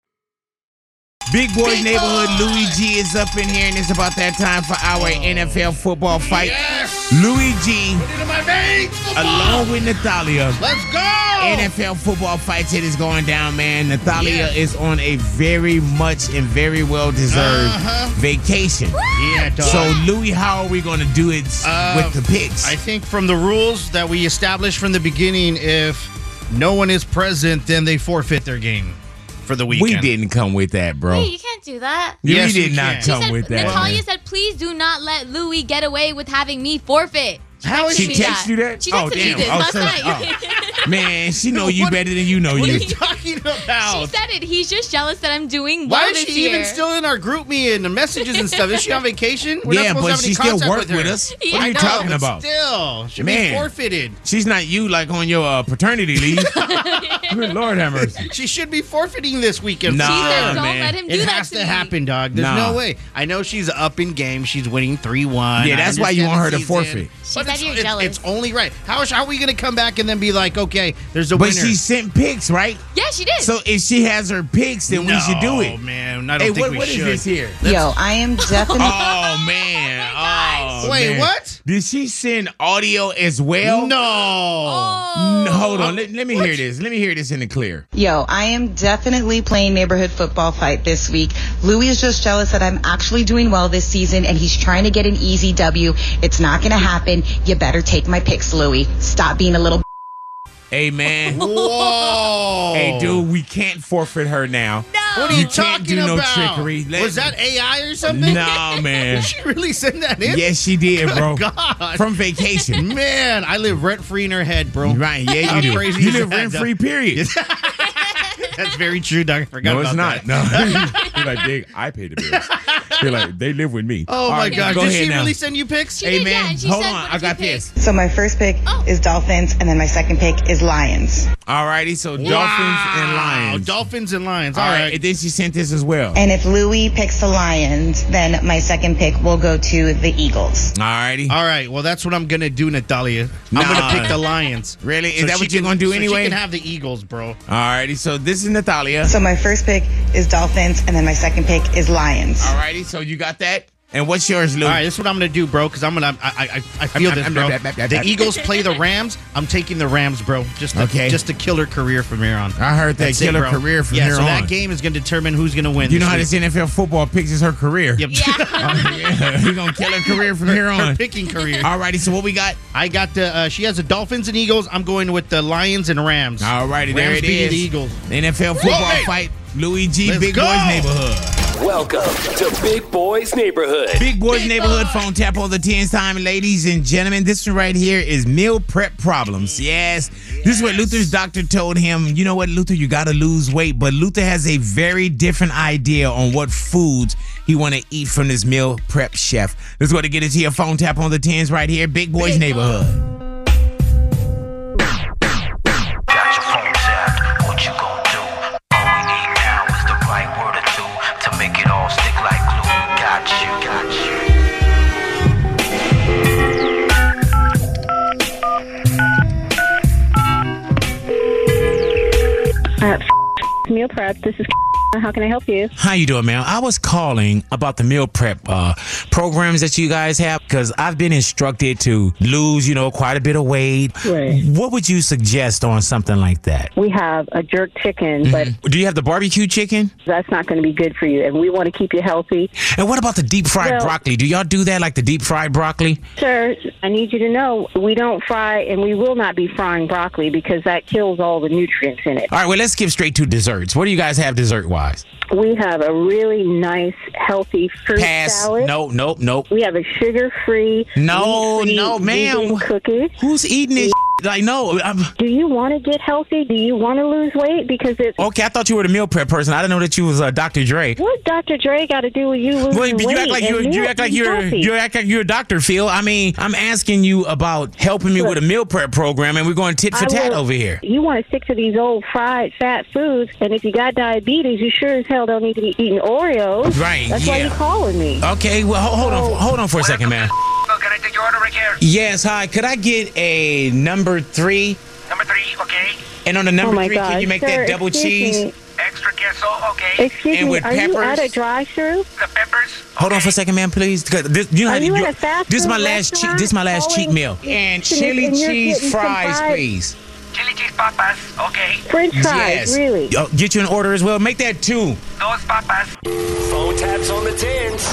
Speaker 2: Big Boy's Neighborhood, Louis G is up in here, and it's about that time for our
Speaker 4: Oh.
Speaker 2: NFL football fight. Louis G, along with Natalia.
Speaker 12: Let's go!
Speaker 2: NFL football fights it is going down, man. Natalia is on a very much and very well deserved
Speaker 4: Uh-huh.
Speaker 2: vacation.
Speaker 4: Yeah, dog. Uh,
Speaker 2: So, Louis, how are we going to do it s- with the picks?
Speaker 4: I think from the rules that we established from the beginning, if no one is present, then they forfeit their game for the
Speaker 2: we
Speaker 4: weekend.
Speaker 2: didn't come with that, bro.
Speaker 3: Wait, you can't do that.
Speaker 2: You
Speaker 4: Yes,
Speaker 2: did
Speaker 4: we
Speaker 2: not
Speaker 4: can.
Speaker 2: come
Speaker 4: She said
Speaker 2: with that.
Speaker 3: Natalia
Speaker 2: man.
Speaker 3: said, please do not let Louis get away with having me forfeit. She
Speaker 2: How is
Speaker 3: texted
Speaker 2: she
Speaker 3: me
Speaker 2: text you that?
Speaker 3: She
Speaker 2: Oh,
Speaker 3: texted me
Speaker 2: damn.
Speaker 3: this
Speaker 2: Oh,
Speaker 3: last
Speaker 2: so-
Speaker 3: night.
Speaker 2: Man, she know you better than you know
Speaker 4: What are
Speaker 2: you.
Speaker 4: you talking
Speaker 3: she
Speaker 4: about?
Speaker 3: said it. He's just jealous that I'm doing well
Speaker 4: Why is
Speaker 3: this
Speaker 4: she even
Speaker 3: year.
Speaker 4: still in our group me and the messages and stuff? Is she on vacation? We're
Speaker 2: yeah,
Speaker 4: not supposed to
Speaker 2: but
Speaker 4: have any
Speaker 2: she still
Speaker 4: contact
Speaker 2: worked with,
Speaker 4: her.
Speaker 2: us.
Speaker 4: Yeah,
Speaker 2: what are
Speaker 4: I
Speaker 2: you
Speaker 4: know,
Speaker 2: talking
Speaker 4: but
Speaker 2: about?
Speaker 4: Still, should
Speaker 2: Man.
Speaker 4: be forfeited.
Speaker 2: She's not you like on your uh, paternity leave. Good Lord have mercy.
Speaker 4: She should be forfeiting this weekend.
Speaker 2: Nah, She said, "Don't man. let him
Speaker 4: it
Speaker 2: do that
Speaker 4: has
Speaker 2: to
Speaker 4: to,
Speaker 2: me."
Speaker 4: happen, dog. There's
Speaker 2: Nah.
Speaker 4: no way. I know she's up in game. She's winning three one.
Speaker 2: Yeah, that's why you want her to forfeit.
Speaker 4: She said you're jealous. It's only right. How, is- how are we gonna come back and then be like, okay, there's a
Speaker 2: But
Speaker 4: winner?
Speaker 2: she sent pics, right?
Speaker 3: Yeah, she did.
Speaker 2: So if she has her pics, then we should do it.
Speaker 4: No, man. I don't
Speaker 2: hey,
Speaker 4: think
Speaker 2: what,
Speaker 4: we
Speaker 2: what is
Speaker 4: should.
Speaker 2: this here?
Speaker 14: Yo, I am definitely.
Speaker 2: oh man. Oh,
Speaker 4: Wait,
Speaker 2: man.
Speaker 4: what?
Speaker 2: Did she send audio as well? Oh.
Speaker 4: No.
Speaker 3: Oh.
Speaker 2: No, hold on. Let, let me hear this. Let me hear this in the clear.
Speaker 15: Yo, I am definitely playing neighborhood football fight this week. Louis is just jealous that I'm actually doing well this season and he's trying to get an easy W. It's not going to happen. You better take my picks, Louis. Stop being a little
Speaker 2: Hey man.
Speaker 4: Whoa.
Speaker 2: Hey dude, we can't forfeit her now.
Speaker 4: What are you,
Speaker 2: You can't
Speaker 4: talking
Speaker 2: do no
Speaker 4: about?
Speaker 2: trickery. Let-
Speaker 4: Was that AI or something?
Speaker 2: No, man.
Speaker 4: Did she really send that in?
Speaker 2: Yes, she did,
Speaker 4: Good
Speaker 2: bro.
Speaker 4: God.
Speaker 2: From vacation.
Speaker 4: Man, I live rent free in her head, bro.
Speaker 2: Right, yeah, you
Speaker 4: How
Speaker 2: do.
Speaker 4: Crazy
Speaker 2: You
Speaker 4: is
Speaker 2: live
Speaker 4: that,
Speaker 2: rent
Speaker 4: dog?
Speaker 2: free, period.
Speaker 4: That's very true, dog. I forgot
Speaker 2: No,
Speaker 4: about
Speaker 2: it's not.
Speaker 4: that.
Speaker 2: No. You're like, "Dig, I pay the bills. You're like, they live with me.
Speaker 4: Oh
Speaker 2: All
Speaker 4: my
Speaker 2: right,
Speaker 4: God!
Speaker 2: Go
Speaker 4: Did
Speaker 2: ahead
Speaker 4: she
Speaker 2: now.
Speaker 4: really send you pics?
Speaker 2: She Hey, did, yeah, man, and she hold said, on, "What I did you got pick?" Oh. this.
Speaker 15: So my first pick is Dolphins, and then my second pick is Lions.
Speaker 2: All righty, so dolphins and lions.
Speaker 4: Dolphins and lions.
Speaker 2: All right. and then she sent this as well.
Speaker 15: And if Louis picks the Lions, then my second pick will go to the Eagles.
Speaker 2: All righty.
Speaker 4: All right. Well, that's what I'm gonna do, Natalia. I'm
Speaker 2: Nah.
Speaker 4: gonna pick the lions.
Speaker 2: Really? Is
Speaker 4: So
Speaker 2: that
Speaker 4: she
Speaker 2: what you're
Speaker 4: can-
Speaker 2: gonna do
Speaker 4: so
Speaker 2: anyway?
Speaker 4: She can have the Eagles, bro.
Speaker 2: All righty, so this is Natalia.
Speaker 15: So my first pick is Dolphins, and then my second pick is Lions.
Speaker 2: All righty, so you got that. And what's yours, Lou?
Speaker 4: All right, this is what I'm gonna do, bro, because I'm gonna I I, I I feel
Speaker 2: I'm-
Speaker 4: this,
Speaker 2: I'm-
Speaker 4: bro.
Speaker 2: I'm- I'm- I'm-
Speaker 4: The
Speaker 2: I'm-
Speaker 4: Eagles play the Rams. I'm taking the Rams, bro. Just to,
Speaker 2: Okay.
Speaker 4: just to kill her career from here on.
Speaker 2: I heard that
Speaker 4: That's
Speaker 2: killer
Speaker 4: bro.
Speaker 2: career from
Speaker 4: yeah,
Speaker 2: here
Speaker 4: so
Speaker 2: on.
Speaker 4: that game is gonna determine who's gonna win. this
Speaker 2: You know how
Speaker 4: week.
Speaker 2: this NFL football picks is her career. Oh,
Speaker 4: Yep.
Speaker 2: Yeah. He's gonna kill her career from here
Speaker 4: Her
Speaker 2: on.
Speaker 4: picking career.
Speaker 2: All righty, so what we got?
Speaker 4: I got the. Uh, she has the Dolphins and Eagles. I'm going with the Lions and Rams.
Speaker 2: All righty, there
Speaker 4: Rams
Speaker 2: it
Speaker 4: beating
Speaker 2: is.
Speaker 4: the Eagles.
Speaker 2: NFL football
Speaker 4: Whoa, hey.
Speaker 2: fight. Louis G.
Speaker 4: Let's
Speaker 2: Big
Speaker 4: go.
Speaker 2: Boys Neighborhood.
Speaker 1: Welcome to Big Boys Neighborhood.
Speaker 2: Big Boys Neighborhood phone tap on the 10's time, ladies and gentlemen. This one right here is meal prep problems. Mm, Yes. This is what Luther's doctor told him. You know what, Luther, you gotta lose weight. But Luther has a very different idea on what foods he wanna eat from this meal prep chef. Let's go to get into your phone tap on the 10's right here. Big Boys Neighborhood.
Speaker 5: Got your phone tapped, what you gon' do? All we need now is the right word or two to make it all stick like glue. Got you, got you.
Speaker 18: Uh, meal prep. This is. How can I help you?
Speaker 2: How you doing, man? I was calling about the meal prep uh, programs that you guys have because I've been instructed to lose, you know, quite a bit of weight.
Speaker 18: Right.
Speaker 2: What would you suggest on something like that?
Speaker 18: We have a jerk chicken, but
Speaker 2: Do you have the barbecue chicken?
Speaker 18: that's not going to be good for you. And we want to keep you healthy.
Speaker 2: And what about the deep fried
Speaker 18: Well-
Speaker 2: broccoli? Do y'all do that, like the deep fried broccoli?
Speaker 18: Sir, I need you to know we don't fry and we will not be frying broccoli because that kills all the nutrients in it.
Speaker 2: All right, well, let's skip straight to desserts. What do you guys have dessert wise?
Speaker 18: We have a really nice, healthy fruit
Speaker 2: Pass.
Speaker 18: salad.
Speaker 2: No, nope, nope.
Speaker 18: We have a sugar-free,
Speaker 2: No,
Speaker 18: wheat-free
Speaker 2: no, ma'am.
Speaker 18: vegan cookie.
Speaker 2: Who's eating this? Like, no. I'm...
Speaker 18: Do you want to get healthy? Do you want to lose weight? Because it's
Speaker 2: Okay, I thought you were the meal prep person. I didn't know that you was uh, Dr. Dre.
Speaker 18: what Dr. Dre got to do with you losing
Speaker 2: Well, you
Speaker 18: weight?
Speaker 2: act like
Speaker 18: and
Speaker 2: you're you
Speaker 18: meal
Speaker 2: act like
Speaker 18: being
Speaker 2: you're
Speaker 18: healthy?
Speaker 2: you act like you're a doctor, Phil. I mean, I'm asking you about helping me with a meal prep program, and we're going tit for
Speaker 18: I
Speaker 2: tat
Speaker 18: will-
Speaker 2: over here.
Speaker 18: You want to stick to these old fried fat foods, and if you got diabetes, you sure as hell don't need to be eating Oreos.
Speaker 2: Right,
Speaker 18: That's why
Speaker 2: yeah.
Speaker 18: you're calling me.
Speaker 2: Okay, well, ho- hold on, hold on for a second, man.
Speaker 5: Can I take your order right here?
Speaker 2: Yes, hi. Could I get a number three?
Speaker 5: Number three, okay.
Speaker 2: And on the
Speaker 18: Oh
Speaker 2: number
Speaker 18: my
Speaker 2: three,
Speaker 18: God.
Speaker 2: can you make
Speaker 18: Sir,
Speaker 2: that double
Speaker 18: excuse
Speaker 2: cheese?
Speaker 18: me.
Speaker 5: Extra queso, okay.
Speaker 18: Excuse
Speaker 2: And
Speaker 18: me,
Speaker 2: with
Speaker 18: are you
Speaker 2: peppers?
Speaker 18: at a drive-through?
Speaker 2: Hold on for a second, man, please. 'Cause This, you know
Speaker 18: Are
Speaker 2: how
Speaker 18: you
Speaker 2: you-
Speaker 18: at a fast
Speaker 2: this is my
Speaker 18: food
Speaker 2: last cheat.
Speaker 18: restaurant
Speaker 2: This is my last cheat
Speaker 18: calling
Speaker 2: meal. And
Speaker 18: to this-
Speaker 2: chili
Speaker 18: and you're
Speaker 2: cheese
Speaker 18: getting some
Speaker 2: fries,
Speaker 18: fries?
Speaker 2: please.
Speaker 5: Chili cheese papas, okay.
Speaker 18: French fries,
Speaker 2: yes.
Speaker 18: really?
Speaker 2: Oh, Get you an order as well. Make that two.
Speaker 5: Those papas.
Speaker 1: Phone taps on the tins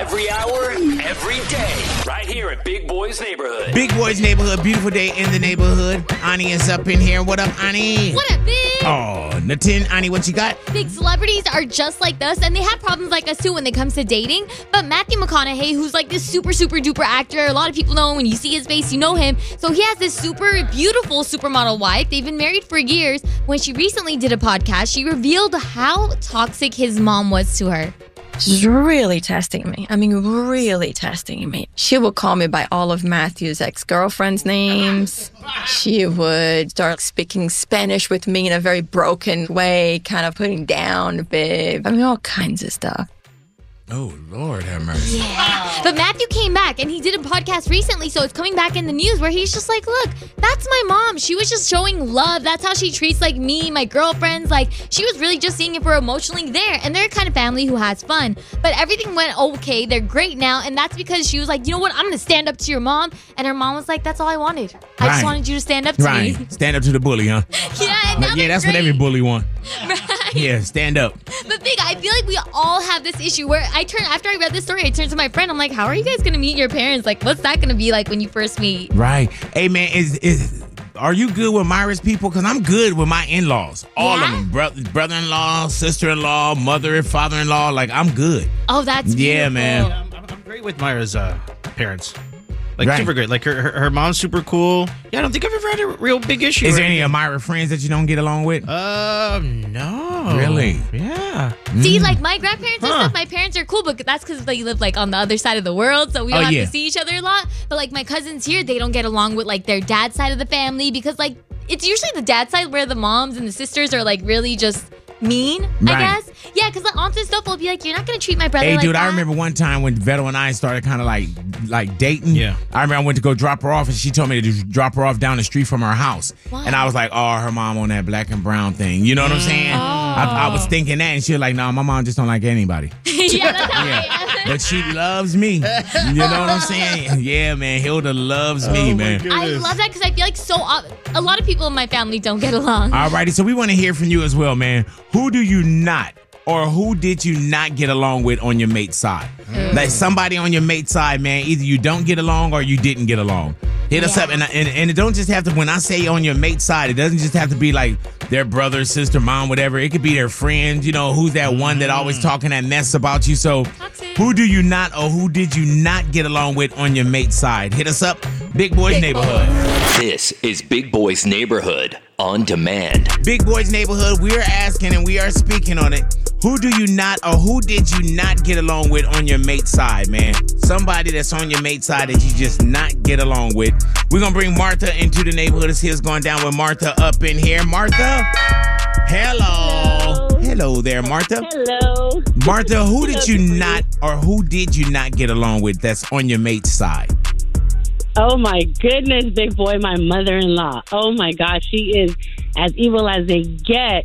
Speaker 1: every hour, every day, right here at Big Boys Neighborhood.
Speaker 2: Big Boys Neighborhood, beautiful day in the neighborhood. Ani is up in here. What up, Ani?
Speaker 3: What up, big?
Speaker 2: Oh, Natin, Ani, what you got?
Speaker 3: Big celebrities are just like us, and they have problems like us too when it comes to dating. But Matthew McConaughey, who's like this super, super duper actor, a lot of people know him. When you see his face, you know him. So he has this super beautiful supermodel wife. They've been married for years. When she recently did a podcast, she revealed how toxic his mom was to her.
Speaker 19: She's really testing me. I mean, really testing me. She would call me by all of Matthew's ex girlfriend's names. She would start speaking Spanish with me in a very broken way, kind of putting down a bit. I mean, all kinds of stuff.
Speaker 2: Oh, Lord have mercy.
Speaker 3: Yeah. But Matthew came back and he did a podcast recently, so it's coming back in the news where he's just like, look, that's my mom. She was just showing love. That's how she treats like me, my girlfriends. Like she was really just seeing if we're emotionally there. And they're a kind of family who has fun. But everything went okay. They're great now. And that's because she was like, you know what? I'm gonna stand up to your mom. And her mom was like, that's all I wanted. I
Speaker 2: Right.
Speaker 3: just wanted you to stand up to
Speaker 2: Right.
Speaker 3: me.
Speaker 2: Stand up to the bully, huh?
Speaker 3: yeah, and now
Speaker 2: yeah,
Speaker 3: they're
Speaker 2: that's
Speaker 3: great.
Speaker 2: what every bully want. Yeah, stand up.
Speaker 3: But big, I feel like we all have this issue where I turn after I read this story, I turned to my friend. I'm like, "How are you guys gonna meet your parents? Like, what's that gonna be like when you first meet?"
Speaker 2: Right. Hey, man, is, is Are you good with Myra's people? Because I'm good with my in laws. All
Speaker 3: Yeah?
Speaker 2: of them. Bro- brother in law, sister in law, mother and father in law. Like, I'm good.
Speaker 3: Oh, that's
Speaker 2: Yeah,
Speaker 3: beautiful.
Speaker 2: man.
Speaker 4: great with Myra's uh, parents. Like
Speaker 2: Right.
Speaker 4: super great. Like her, her, her mom's super cool. Yeah, I don't think I've ever had a real big issue.
Speaker 2: Is
Speaker 4: or
Speaker 2: there any
Speaker 4: anything.
Speaker 2: of Myra friends that you don't get along with?
Speaker 4: Um, no.
Speaker 2: Really?
Speaker 4: Yeah.
Speaker 3: See, like my grandparents and
Speaker 2: Mm. Huh.
Speaker 3: stuff, my parents are cool, but that's because they live like on the other side of the world, so we don't
Speaker 2: Oh,
Speaker 3: have
Speaker 2: yeah.
Speaker 3: to see each other a lot. But like my cousins here, they don't get along with like their dad's side of the family because like it's usually the dad's side where the moms and the sisters are like really just mean, I
Speaker 2: Right.
Speaker 3: guess. Yeah, because like aunts and stuff will be like, "You're not gonna treat my brother
Speaker 2: Hey,
Speaker 3: like
Speaker 2: dude,
Speaker 3: that."
Speaker 2: I remember one time when Veto and I started kind of like like dating. Yeah. I remember I went to go drop her off, and she told me to just drop her off down the street from her house.
Speaker 3: Why?
Speaker 2: And I was like, oh, her mom on that black and brown thing. You know what I'm saying? I, I was thinking that, and she was like, no, my mom just don't like anybody.
Speaker 3: Oh. yeah, that's how I am.
Speaker 2: But she loves me. You know what I'm saying? Yeah, man. Hilda loves me,
Speaker 4: Oh
Speaker 2: man.
Speaker 3: I love that because I feel like so op- a lot of people in my family don't get along.
Speaker 2: All righty, so we want to hear from you as well, man. Who do you not, or who did you not get along with on your mate's side? Like somebody on your mate's side, man. Either you don't get along or you didn't get along. Hit us up, and, and and it don't just have to. When I say on your mate's side, it doesn't just have to be like their brother, sister, mom, whatever. It could be their friends. You know, who's that one that always talking that mess about you? So, who do you not, or who did you not get along with on your mate's side? Hit us up, Big Boys Neighborhood.
Speaker 1: This is Big Boy's Neighborhood on demand.
Speaker 2: Big Boys Neighborhood, we are asking and we are speaking on it. Who do you not or who did you not get along with on your mate's side, man? Somebody that's on your mate's side that you just not get along with. We're gonna bring Martha into the neighborhood to see what's going down with Martha up in here. Martha, hello. Hello, there, Martha.
Speaker 20: Hello.
Speaker 2: Martha, who did you not or who did you not get along with that's on your mate's side?
Speaker 20: Oh my goodness, big boy, my mother in law. Oh my gosh, she is as evil as they get.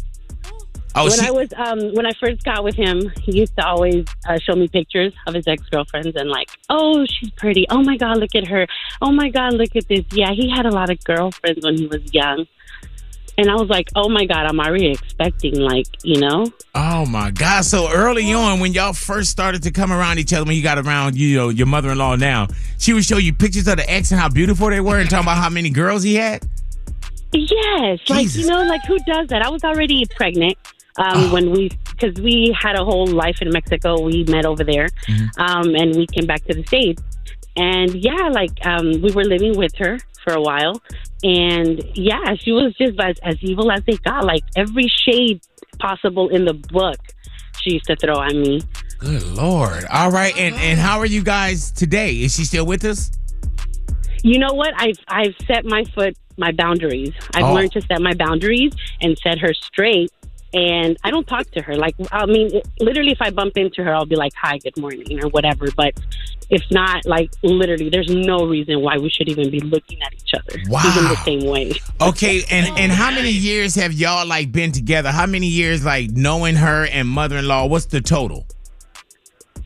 Speaker 2: Oh,
Speaker 20: when
Speaker 2: she-
Speaker 20: I was um, when I first got with him, he used to always uh, show me pictures of his ex girlfriends and like, oh, she's pretty. Oh my god, look at her. Oh my god, look at this. Yeah, he had a lot of girlfriends when he was young, and I was like, oh my god, I'm already expecting like, you know,
Speaker 2: Oh my God! So early on, when y'all first started to come around each other, when you got around, you know, your mother-in-law now, she would show you pictures of the ex and how beautiful they were, and talking about how many girls he had.
Speaker 20: Yes, like you know, like who does that? I was already pregnant um, when we, because we had a whole life in Mexico. We met over there, um, and we came back to the states. And yeah, like um, we were living with her for a while, and yeah, she was just as, as evil as they got. Like every shade possible in the book, she used to throw at me.
Speaker 2: Good Lord! All right, and and how are you guys today? Is she still with us?
Speaker 20: You know what? I've I've set my foot my boundaries. I've
Speaker 2: Oh.
Speaker 20: learned to set my boundaries and set her straight. And I don't talk to her. Like I mean, literally, if I bump into her, I'll be like, "Hi, good morning," or whatever. But if not, like literally, there's no reason why we should even be looking at each other, even the same way.
Speaker 2: Okay, and and how many years have y'all like been together? How many years like knowing her and mother-in-law? What's the total?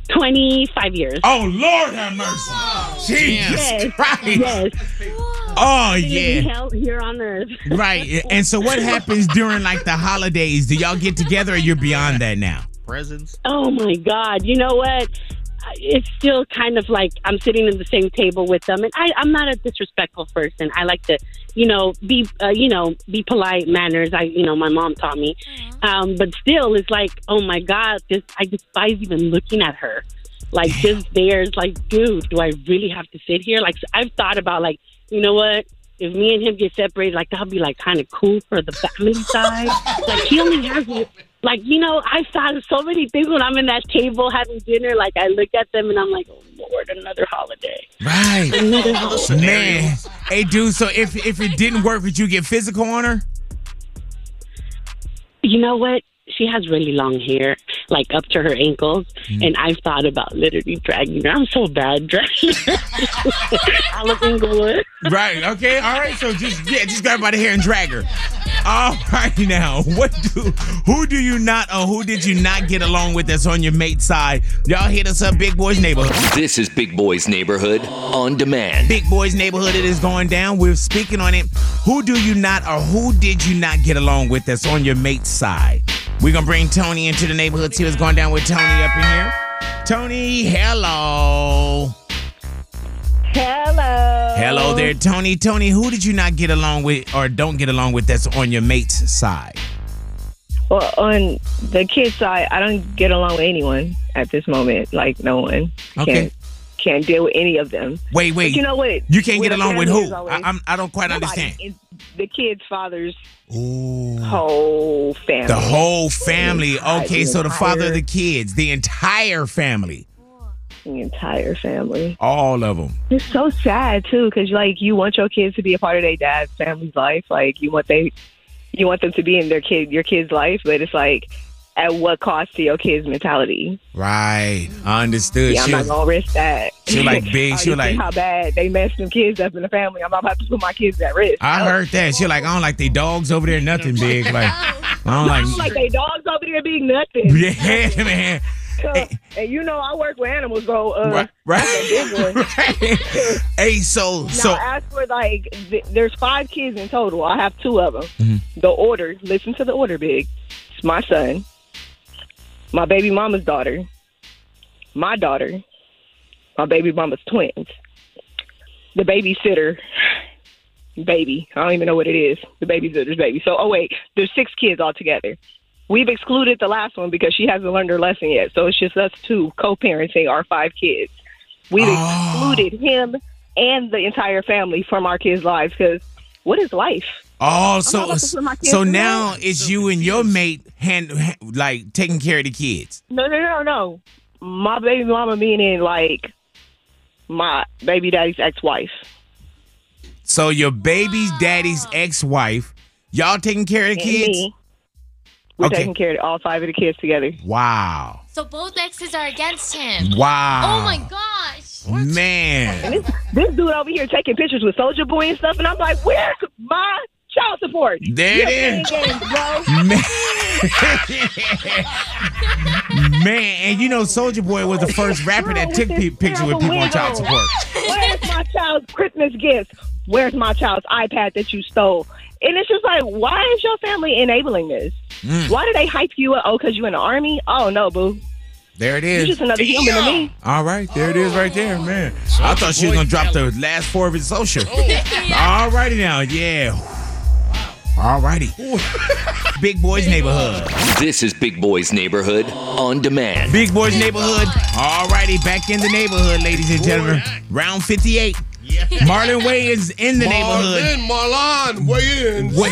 Speaker 20: Twenty five years.
Speaker 2: Oh Lord, have mercy! Jesus
Speaker 20: Yes.
Speaker 2: Christ!
Speaker 20: Yes.
Speaker 2: Oh
Speaker 20: Living
Speaker 2: yeah.
Speaker 20: hell here on earth.
Speaker 2: Right. And so what happens during like the holidays? Do y'all get together or you're beyond that now?
Speaker 4: Presents.
Speaker 20: Oh my God! You know what? It's still kind of like I'm sitting at the same table with them, and I, I'm not a disrespectful person. I like to, you know, be uh, you know be polite manners. I you know my mom taught me, um, but still it's like oh my God, this I despise even looking at her. Like just there's like, dude, do I really have to sit here? Like I've thought about like, you know what? If me and him get separated, like that'll be like kind of cool for the family side. like he only has me. Like you know, I've thought of so many things when I'm in that table having dinner. Like I look at them and I'm like, oh, Lord, another holiday.
Speaker 2: Right.
Speaker 20: Another holiday.
Speaker 2: Man. Hey dude, so if if it didn't work, would you get physical on her?
Speaker 20: You know what? She has really long hair, like up to her ankles, and I've thought about literally dragging her. I'm so bad dragging her. I look Inglewood.
Speaker 2: Right. Okay. All right. So just yeah, just grab her by the hair and drag her. All right now. What do who do you not or who did you not get along with that's on your mate's side? Y'all hit us up, Big Boys Neighborhood.
Speaker 1: This is Big Boy's Neighborhood on demand.
Speaker 2: Big Boys Neighborhood, it is going down. We're speaking on it. Who do you not or who did you not get along with that's on your mate's side? We're going to bring Tony into the neighborhood, see what's going down with Tony up in here. Tony, hello.
Speaker 21: Hello.
Speaker 2: Hello there, Tony. Tony, who did you not get along with or don't get along with that's on your mate's side?
Speaker 22: Well, on the kids' side, I don't get along with anyone at this moment. Like no one.
Speaker 2: Okay.
Speaker 22: Can't, can't deal with any of them.
Speaker 2: Wait, wait.
Speaker 22: But you know what?
Speaker 2: You can't get
Speaker 22: a
Speaker 2: along with
Speaker 22: family
Speaker 2: who?
Speaker 22: is
Speaker 2: I,
Speaker 22: always-
Speaker 2: I'm, I don't quite
Speaker 22: Nobody.
Speaker 2: understand.
Speaker 22: It's the kids' father's whole family.
Speaker 2: The whole family.
Speaker 22: entire-
Speaker 2: Okay, so the father of the kids, the entire family,
Speaker 22: the entire family.
Speaker 2: all of them.
Speaker 22: It's so sad too, because like you want your kids to be a part of their dad's family's life. Like you want they, you want them to be in their kid your kid's life, but it's like at what cost to your kid's mentality?
Speaker 2: Right. Understood.
Speaker 22: yeah, I'm
Speaker 2: she,
Speaker 22: not
Speaker 2: was,
Speaker 22: gonna risk that.
Speaker 2: she was like big. She
Speaker 22: You
Speaker 2: was
Speaker 22: see
Speaker 2: like,
Speaker 22: how bad they mess them kids up in the family. I'm not about to put my kids at risk.
Speaker 2: I heard that. She was like, I don't like they dogs over there, nothing big. Like, I don't like.
Speaker 22: they dogs over there being nothing.
Speaker 2: Yeah, man.
Speaker 22: And you know I work with animals, so uh,
Speaker 2: Right, right.
Speaker 22: that's a big one.
Speaker 2: Hey, so, Oh,
Speaker 22: Now,
Speaker 2: so,
Speaker 22: as for like, th- there's five kids in total. I have two of them. The order, listen to the order, big. It's my son, my baby mama's daughter, my daughter, my baby mama's twins, the babysitter, baby. I don't even know what it is. The babysitter's baby. So, oh wait, there's six kids altogether. We've excluded the last one because she hasn't learned her lesson yet. So it's just us two co-parenting our five kids. We've
Speaker 2: Ah.
Speaker 22: excluded him and the entire family from our kids' lives because what is life?
Speaker 2: oh,
Speaker 22: not
Speaker 2: so,
Speaker 22: about to put my kids
Speaker 2: so
Speaker 22: through
Speaker 2: now
Speaker 22: that.
Speaker 2: it's you and your mate hand, ha- like taking care of the kids.
Speaker 22: No, no, no, no. My baby mama meaning like my baby daddy's ex-wife.
Speaker 2: So your baby's daddy's ex-wife, y'all taking care of the
Speaker 22: Ah. And
Speaker 2: kids.
Speaker 22: me. We're
Speaker 2: Okay.
Speaker 22: taking care of all five of the kids together.
Speaker 2: Wow.
Speaker 3: So both exes are against him.
Speaker 2: Wow.
Speaker 3: Oh my gosh.
Speaker 2: Man.
Speaker 22: And this, this dude over here taking pictures with Soldier Boy and stuff, and I'm like, where's my child support?
Speaker 2: There it
Speaker 22: You're
Speaker 2: is.
Speaker 22: playing games, bro.
Speaker 2: Man, and you know, Soldier Boy was the first rapper that took pe- pictures with people on child support.
Speaker 22: Where's my child's Christmas gift? Where's my child's iPad that you stole? And it's just like, why is your family enabling this?
Speaker 2: Mm.
Speaker 22: Why do they hype you up? Oh, because you in the army? Oh, no, boo.
Speaker 2: There it
Speaker 22: You're
Speaker 2: is.
Speaker 22: just another human to me.
Speaker 2: All right, there it is right there, man. I thought she was gonna drop the last four of his social. All righty now, yeah. All righty. Big Boy's Neighborhood.
Speaker 1: This is Big Boy's Neighborhood on demand.
Speaker 2: Big Boy's Neighborhood. All righty, back in the neighborhood, ladies and gentlemen. Round 58. Marlon Way is in the neighborhood.
Speaker 21: Marlon, weigh in.
Speaker 2: Wait,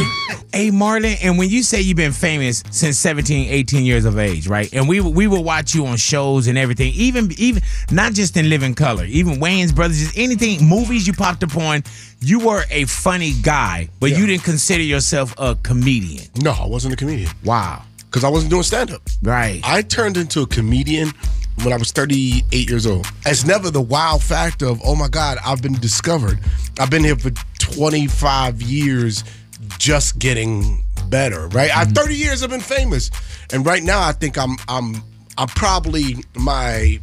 Speaker 2: hey Marlon, and when you say you've been famous since 17, 18 years of age, right? And we we will watch you on shows and everything, even even not just in Living Color, even Wayne's Brothers, just anything, movies you popped up on. You were a funny guy, but you didn't consider yourself a comedian.
Speaker 21: No, I wasn't a comedian.
Speaker 2: Wow.
Speaker 21: Because I wasn't doing stand up.
Speaker 2: Right.
Speaker 21: I turned into a comedian when I was 38 years old. It's never the wow factor of, oh my God, I've been discovered. I've been here for 25 years just getting better, right?
Speaker 2: Mm-hmm.
Speaker 21: I 30 years I've been famous. And right now I think I'm I'm I'm probably my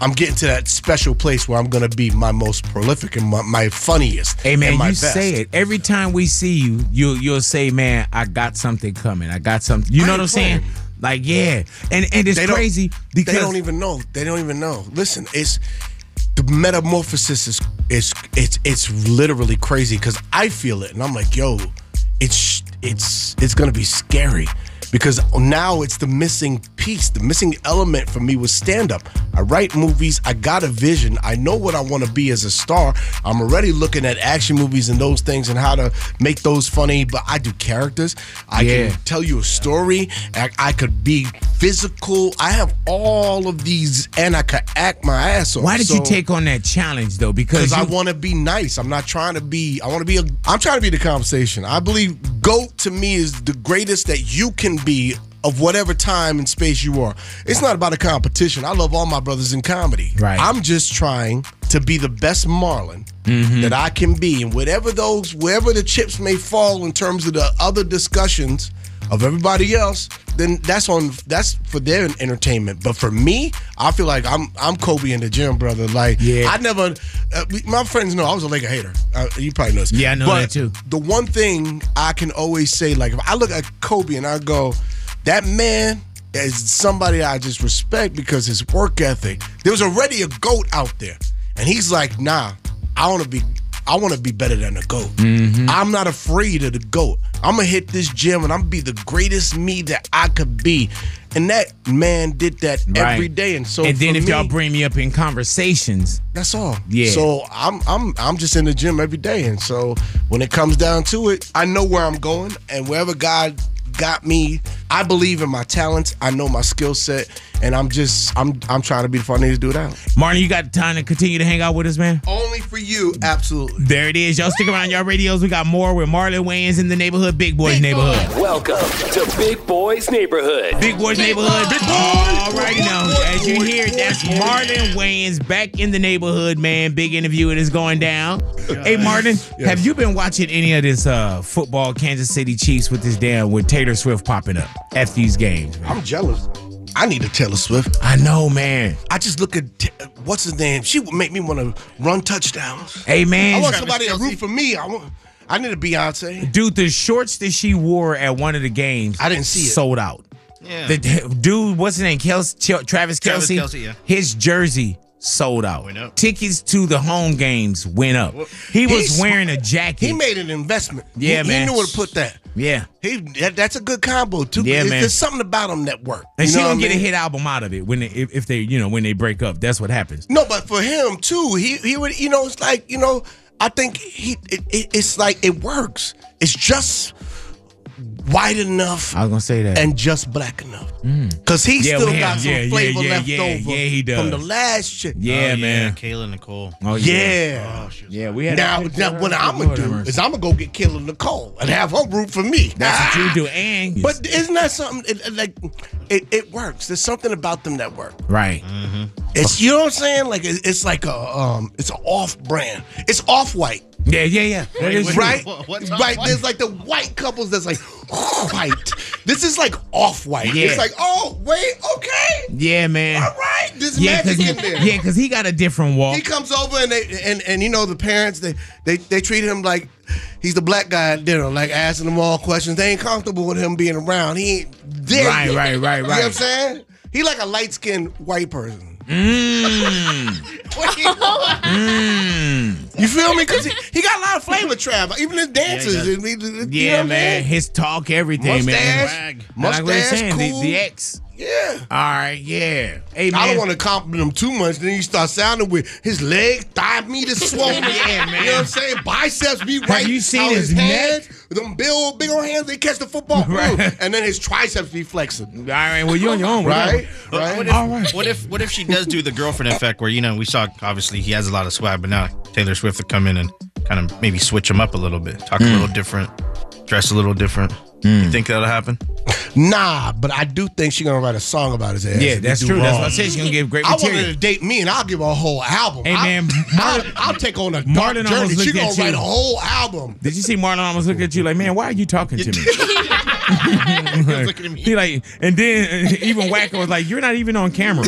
Speaker 21: I'm getting to that special place where I'm gonna be my most prolific and my, my funniest.
Speaker 2: Hey man,
Speaker 21: and
Speaker 2: you
Speaker 21: my best.
Speaker 2: say it every time we see you. You you'll say, "Man, I got something coming. I got something." You know what I'm saying? Like, yeah, and and it's
Speaker 21: They don't-
Speaker 2: crazy because
Speaker 21: they don't even know. They don't even know. Listen, it's the metamorphosis is it's it's it's literally crazy because I feel it and I'm like, yo, it's it's it's gonna be scary because now it's the missing piece, the missing element for me was stand up. I write movies. I got a vision. I know what I want to be as a star. I'm already looking at action movies and those things and how to make those funny. But I do characters. I
Speaker 2: Yeah.
Speaker 21: can tell you a story. I, I could be physical. I have all of these, and I could act my ass off.
Speaker 2: Why did you
Speaker 21: So-
Speaker 2: take on that challenge though? Because
Speaker 21: because I
Speaker 2: you-
Speaker 21: want to be nice. I'm not trying to be. I want to be. A, I'm trying to be the conversation. I believe GOAT to me is the greatest that you can be of whatever time and space you are. It's not about a competition. I love all my brothers in comedy. Right. I'm just trying to be the best Marlon
Speaker 2: Mm-hmm.
Speaker 21: that I can be, and whatever those, wherever the chips may fall in terms of the other discussions of everybody else, then that's on that's for their entertainment. But for me, I feel like I'm I'm Kobe in the gym, brother. Like I never, uh, my friends know I was a Laker hater. Uh, you probably know. This.
Speaker 2: Yeah, I know
Speaker 21: But
Speaker 2: that too.
Speaker 21: The one thing I can always say, like if I look at Kobe and I go, that man. Is somebody I just respect because his work ethic. There was already a goat out there, and he's like, "Nah, I want to be I want to be better than the goat.
Speaker 2: Mm-hmm.
Speaker 21: I'm not afraid of the goat. I'm gonna hit this gym and I'm gonna be the greatest me that I could be. And that man did that every
Speaker 2: Right.
Speaker 21: day. And so
Speaker 2: and then
Speaker 21: for
Speaker 2: if
Speaker 21: me,
Speaker 2: y'all bring me up in conversations,
Speaker 21: that's all.
Speaker 2: Yeah.
Speaker 21: So I'm I'm I'm just in the gym every day, and so when it comes down to it, I know where I'm going, and wherever God got me, I believe in my talents. I know my skill set, and I'm just I'm I'm trying to be the funniest dude out.
Speaker 2: Martin, you got time to continue to hang out with us, man.
Speaker 21: Only for you, absolutely.
Speaker 2: There it is. Y'all stick around y'all radios. We got more with Marlon Wayans in the neighborhood, Big Boys neighborhood.
Speaker 1: Welcome to Big Boys Neighborhood.
Speaker 2: Big Boys Neighborhood. Big Boys. All righty now. As you hear, it, that's Marlon Wayans back in the neighborhood, man. Big interview. It is going down. Hey, Martin, have you been watching any of this uh, football Kansas City Chiefs with this damn with Taylor Swift popping up at these games?
Speaker 21: I'm jealous. I need a Taylor Swift.
Speaker 2: I know, man.
Speaker 21: I just look at t- what's his name. She would make me want to run touchdowns.
Speaker 2: Hey, man.
Speaker 21: I want
Speaker 2: Travis
Speaker 21: somebody to root for me. I want. I need a Beyonce.
Speaker 2: Dude, the shorts that she wore at one of the games, I didn't see
Speaker 21: it.
Speaker 2: sold out.
Speaker 21: Yeah.
Speaker 2: The d- dude, what's his name? Kelsey,
Speaker 4: Travis
Speaker 2: Travis Kelsey.
Speaker 4: Kelce, yeah.
Speaker 2: His jersey sold out. Went up. Tickets to the home games went up. He was
Speaker 21: He's-
Speaker 2: wearing a jacket.
Speaker 21: He made an investment.
Speaker 2: Yeah,
Speaker 21: he,
Speaker 2: man.
Speaker 21: He knew where to put that.
Speaker 2: yeah.
Speaker 21: He that, that's a good combo too.
Speaker 2: Yeah,
Speaker 21: It's-
Speaker 2: man.
Speaker 21: There's something about him that worked.
Speaker 2: And
Speaker 21: You
Speaker 2: she
Speaker 21: know
Speaker 2: gonna
Speaker 21: what I
Speaker 2: get a
Speaker 21: mean?
Speaker 2: hit album out of it when they, if, if they you know when they break up. That's what happens.
Speaker 21: No, but for him too, he he would you know it's like you know I think he it, it, it's like it works. It's just white enough
Speaker 2: I was gonna say that. Mm.
Speaker 21: and just black enough because he
Speaker 2: Yeah,
Speaker 21: still
Speaker 2: with him.
Speaker 21: got some
Speaker 2: Yeah, yeah,
Speaker 21: flavor
Speaker 2: yeah,
Speaker 21: left
Speaker 2: yeah,
Speaker 21: over
Speaker 2: yeah, he does.
Speaker 21: from the last Oh, shit.
Speaker 2: Yeah, man.
Speaker 4: Oh, Kayla Nicole.
Speaker 2: Oh
Speaker 21: yeah.
Speaker 2: yeah. yeah we had
Speaker 21: Now,
Speaker 2: a picture
Speaker 21: now
Speaker 2: of
Speaker 21: what
Speaker 2: her.
Speaker 21: I'm gonna
Speaker 2: Lord have
Speaker 21: do
Speaker 2: mercy.
Speaker 21: is I'm gonna go get Killer Nicole and have her root for me.
Speaker 2: That's what you do, and
Speaker 21: But isn't that something? It, it, like, it, it works. There's something about them that work.
Speaker 2: right.
Speaker 21: It's you know what I'm saying? Like it, it's like a um, it's an off brand. It's off white.
Speaker 2: Yeah, yeah, yeah. That is true.
Speaker 21: right,
Speaker 4: What-
Speaker 21: right.
Speaker 4: what's Off-White?
Speaker 21: There's like the white couples that's like white. this is like off white.
Speaker 2: Yeah.
Speaker 21: It's like oh wait, okay,
Speaker 2: Yeah, man.
Speaker 21: all right. This
Speaker 2: Yeah,
Speaker 21: magic
Speaker 2: he,
Speaker 21: in there.
Speaker 2: yeah, 'cause he got a different walk.
Speaker 21: He comes over and they and, and you know the parents they, they they treat him like he's the black guy at dinner, like asking him all questions. They ain't comfortable with him being around. He ain't there.
Speaker 2: Right,
Speaker 21: yet.
Speaker 2: right, right,
Speaker 21: You know
Speaker 2: right.
Speaker 21: what I'm saying? He like a light skinned white person.
Speaker 2: Mm. Mm.
Speaker 21: You feel me? Because he, he got a lot of flavor, Trav. Even his dances.
Speaker 2: Yeah, he
Speaker 21: and he- you know
Speaker 2: Yeah,
Speaker 21: what I'm
Speaker 2: man.
Speaker 21: saying?
Speaker 2: His talk, everything,
Speaker 21: Mustache,
Speaker 2: man.
Speaker 21: mustache,
Speaker 2: like we were saying,
Speaker 21: cool.
Speaker 2: the, the ex.
Speaker 21: Yeah.
Speaker 2: All right, yeah. Hey, man.
Speaker 21: I don't want to compliment him too much. Then you start sounding with his leg, thigh meat is swollen.
Speaker 2: Yeah, man.
Speaker 21: You know what I'm saying? Biceps be
Speaker 2: Have
Speaker 21: right.
Speaker 2: you seen
Speaker 21: out
Speaker 2: his neck?
Speaker 21: hands? Them big old, big old hands, they catch the football through.
Speaker 2: Right.
Speaker 21: And then his triceps be flexing.
Speaker 2: All right, well, you're on your own,
Speaker 21: Right?
Speaker 4: But
Speaker 21: Right?
Speaker 4: What if,
Speaker 2: All right.
Speaker 4: what if what if she does do the girlfriend effect where you know we saw obviously he has a lot of swag, but now Taylor Swift would come in and kind of maybe switch him up a little bit, talk
Speaker 21: Hmm.
Speaker 4: a little different, dress a little different. You think that'll happen?
Speaker 21: Nah, but I do think she's gonna write a song about his ass.
Speaker 2: Yeah,
Speaker 21: if he
Speaker 2: that's
Speaker 21: do
Speaker 2: true. That's
Speaker 21: wrong.
Speaker 2: what I said. She's going to give great
Speaker 21: I want her
Speaker 2: material.
Speaker 21: to date me, and I'll give her a whole album.
Speaker 2: Hey,
Speaker 21: I-
Speaker 2: man,
Speaker 21: I'll, I'll take on a dark
Speaker 2: Martin almost
Speaker 21: journey. She's
Speaker 2: looked
Speaker 21: gonna
Speaker 2: at
Speaker 21: write a
Speaker 2: you.
Speaker 21: whole album.
Speaker 2: Did you see Marlon almost look at you like, man, why are you talking to me?
Speaker 4: looking at me.
Speaker 2: He like, and then uh, even Wacko was like, "You're not even on camera."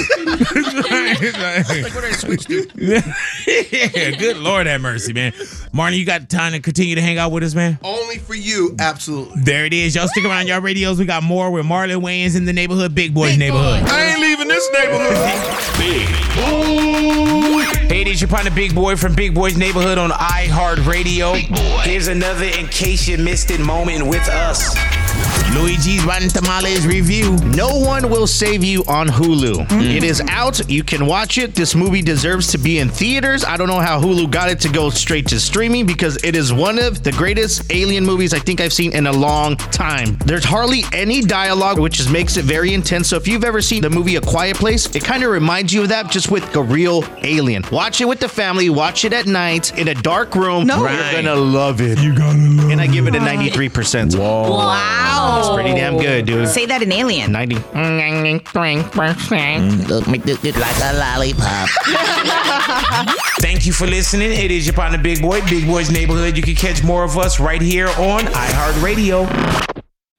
Speaker 4: Like what did I switch to?
Speaker 2: yeah, good Lord have mercy, man. Marlon, you got time to continue to hang out with us, man.
Speaker 21: Only for you, absolutely.
Speaker 2: There it is. Y'all stick around y'all radios. We got more with Marlon Wayans in the neighborhood, Big Boys neighborhood.
Speaker 21: I ain't leaving this neighborhood.
Speaker 1: Big
Speaker 2: Hey, this your partner, Big Boy from Big Boy's Neighborhood on iHeartRadio. Here's another in case you missed it moment with us. Luigi's Rotten Tamales review.
Speaker 4: No One Will Save You on Hulu. It is out. You can watch it. This movie deserves to be in theaters. I don't know how Hulu got it to go straight to streaming because it is one of the greatest alien movies I think I've seen in a long time. There's hardly any dialogue, which is, makes it very intense. So if you've ever seen the movie A Quiet Place, it kind of reminds you of that just with a real alien. Watch it with the family, watch it at night in a dark room.
Speaker 14: No.
Speaker 4: You're going to love it. You're going to love it. And I give it a 93%. Whoa.
Speaker 14: Wow.
Speaker 4: It's pretty damn good, dude.
Speaker 14: Say that in Alien. Mm,
Speaker 4: 90. Mm.
Speaker 14: Look, make this like a lollipop.
Speaker 2: Thank you for listening. It is your partner, Big Boy, Big Boy's Neighborhood. You can catch more of us right here on iHeartRadio.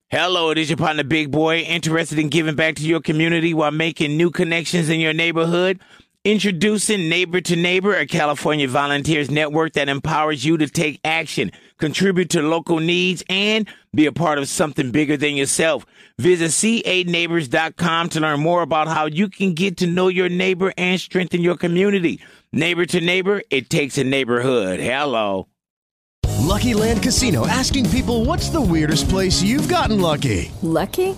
Speaker 2: Hello, it is your partner, Big Boy. Interested in giving back to your community while making new connections in your neighborhood? Introducing Neighbor to Neighbor, a California volunteers network that empowers you to take action, contribute to local needs, and be a part of something bigger than yourself. Visit c8neighbors.com to learn more about how you can get to know your neighbor and strengthen your community. Neighbor to neighbor, it takes a neighborhood. Hello.
Speaker 16: Lucky Land Casino asking people what's the weirdest place you've gotten lucky?
Speaker 17: Lucky?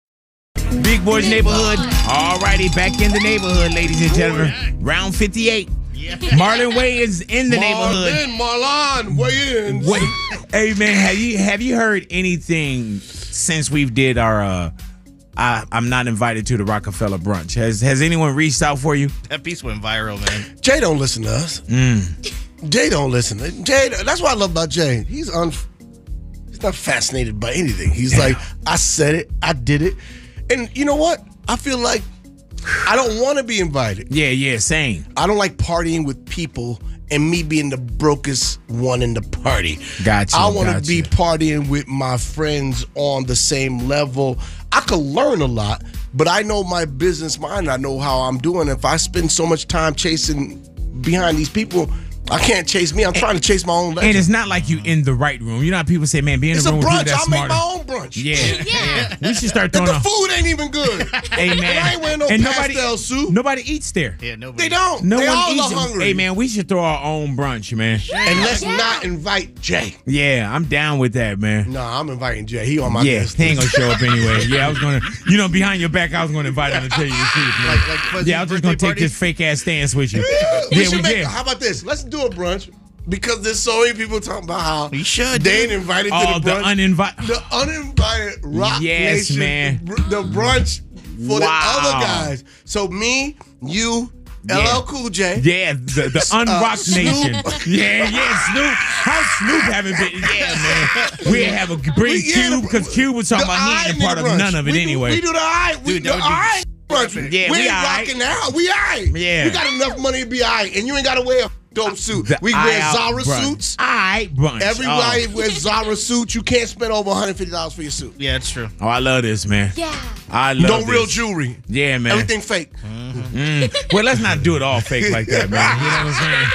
Speaker 2: Big Boys Neighborhood. Alrighty, back in the neighborhood, ladies and gentlemen. Round 58. Marlon Way is in the neighborhood.
Speaker 21: Marlon, weigh in.
Speaker 2: Wait, hey man, have you have you heard anything since we've did our uh I, I'm not invited to the Rockefeller brunch. Has has anyone reached out for you?
Speaker 4: That piece went viral, man.
Speaker 21: Jay don't listen to us.
Speaker 2: Mm.
Speaker 21: Jay don't listen. Jay, that's what I love about Jay. He's un, he's not fascinated by anything. He's like, I said it, I did it, and you know what? I feel like I don't want to be invited.
Speaker 2: Yeah, yeah, same.
Speaker 21: I don't like partying with people and me being the brokest one in the party.
Speaker 2: Gotcha,
Speaker 21: I want
Speaker 2: gotcha.
Speaker 21: to be partying with my friends on the same level. I could learn a lot, but I know my business mind. I know how I'm doing. If I spend so much time chasing behind these people, I can't chase me. I'm trying to chase my own
Speaker 2: And
Speaker 21: legend.
Speaker 2: it's not like you in the right room. You know how people say, man, be in
Speaker 21: Oh, It's
Speaker 2: the
Speaker 21: a
Speaker 2: room with people
Speaker 21: brunch.
Speaker 2: that's
Speaker 21: I make
Speaker 2: smarter.
Speaker 21: my own brunch.
Speaker 2: Yeah, yeah. We should start throwing
Speaker 21: and the
Speaker 2: a-
Speaker 21: food ain't even good.
Speaker 2: Hey man,
Speaker 21: And I ain't wearing no
Speaker 2: And
Speaker 21: pastel suit.
Speaker 2: Nobody eats there. Yeah,
Speaker 21: They don't.
Speaker 2: No
Speaker 21: Oh, they
Speaker 2: one
Speaker 21: all
Speaker 2: eats
Speaker 21: are
Speaker 2: there.
Speaker 21: hungry.
Speaker 2: Hey man, we should throw our own brunch, man.
Speaker 21: And let's not invite Jay.
Speaker 2: Yeah, I'm down with that, man.
Speaker 21: Nah, I'm inviting Jay. He on my
Speaker 2: yeah,
Speaker 21: list.
Speaker 2: he ain't gonna show up anyway. Yeah, I was gonna, you know, behind your back, I was gonna invite him to tell you the truth, man.
Speaker 21: like Fuzzy's
Speaker 2: yeah, I was just gonna
Speaker 21: birthday
Speaker 2: take this fake ass stance with you.
Speaker 21: we
Speaker 2: yeah,
Speaker 21: should
Speaker 2: we
Speaker 21: make,
Speaker 2: did.
Speaker 21: How about this? Let's do a brunch because there's so many people talking about how you should. They ain't invited
Speaker 2: Oh,
Speaker 21: to the
Speaker 2: the
Speaker 21: brunch.
Speaker 2: uninvi-
Speaker 21: the uninvited rock
Speaker 2: Yes,
Speaker 21: nation.
Speaker 2: man.
Speaker 21: br- The brunch for the
Speaker 2: Wow.
Speaker 21: other guys. So me, you, LL Cool J.
Speaker 2: Yeah, the, the
Speaker 21: uh,
Speaker 2: Unrock
Speaker 21: Snoop.
Speaker 2: Nation. Yeah, yeah, Snoop. How Snoop haven't been? Yeah, man. We have a bring
Speaker 21: We- yeah,
Speaker 2: Cube because Cube was talking
Speaker 21: the
Speaker 2: about
Speaker 21: eye
Speaker 2: he ain't a
Speaker 21: nigga
Speaker 2: part of
Speaker 21: brunch.
Speaker 2: none of it
Speaker 21: we
Speaker 2: anyway.
Speaker 21: Do, we do the eye. We
Speaker 2: Dude,
Speaker 21: do
Speaker 2: that
Speaker 21: the
Speaker 2: would be
Speaker 21: eye brunch.
Speaker 2: Yeah,
Speaker 21: we
Speaker 2: we
Speaker 21: ain't
Speaker 2: all right.
Speaker 21: rocking now. We eye.
Speaker 2: Yeah. Uh,
Speaker 21: We got enough money to be eye, and you ain't got to wear a dope suit. we wear
Speaker 2: eye out
Speaker 21: Zara
Speaker 2: brunch.
Speaker 21: suits.
Speaker 2: Eye brunch.
Speaker 21: Everybody
Speaker 2: Oh.
Speaker 21: wears Zara suits. You can't spend over 150 dollars for your suit.
Speaker 4: Yeah, it's true.
Speaker 2: Oh, I love this, man.
Speaker 21: Yeah.
Speaker 2: I love
Speaker 21: no
Speaker 2: this.
Speaker 21: real jewelry.
Speaker 2: Yeah, man.
Speaker 21: Everything fake.
Speaker 2: Mm. Well, let's not do it all fake like that, man. You know what I'm saying?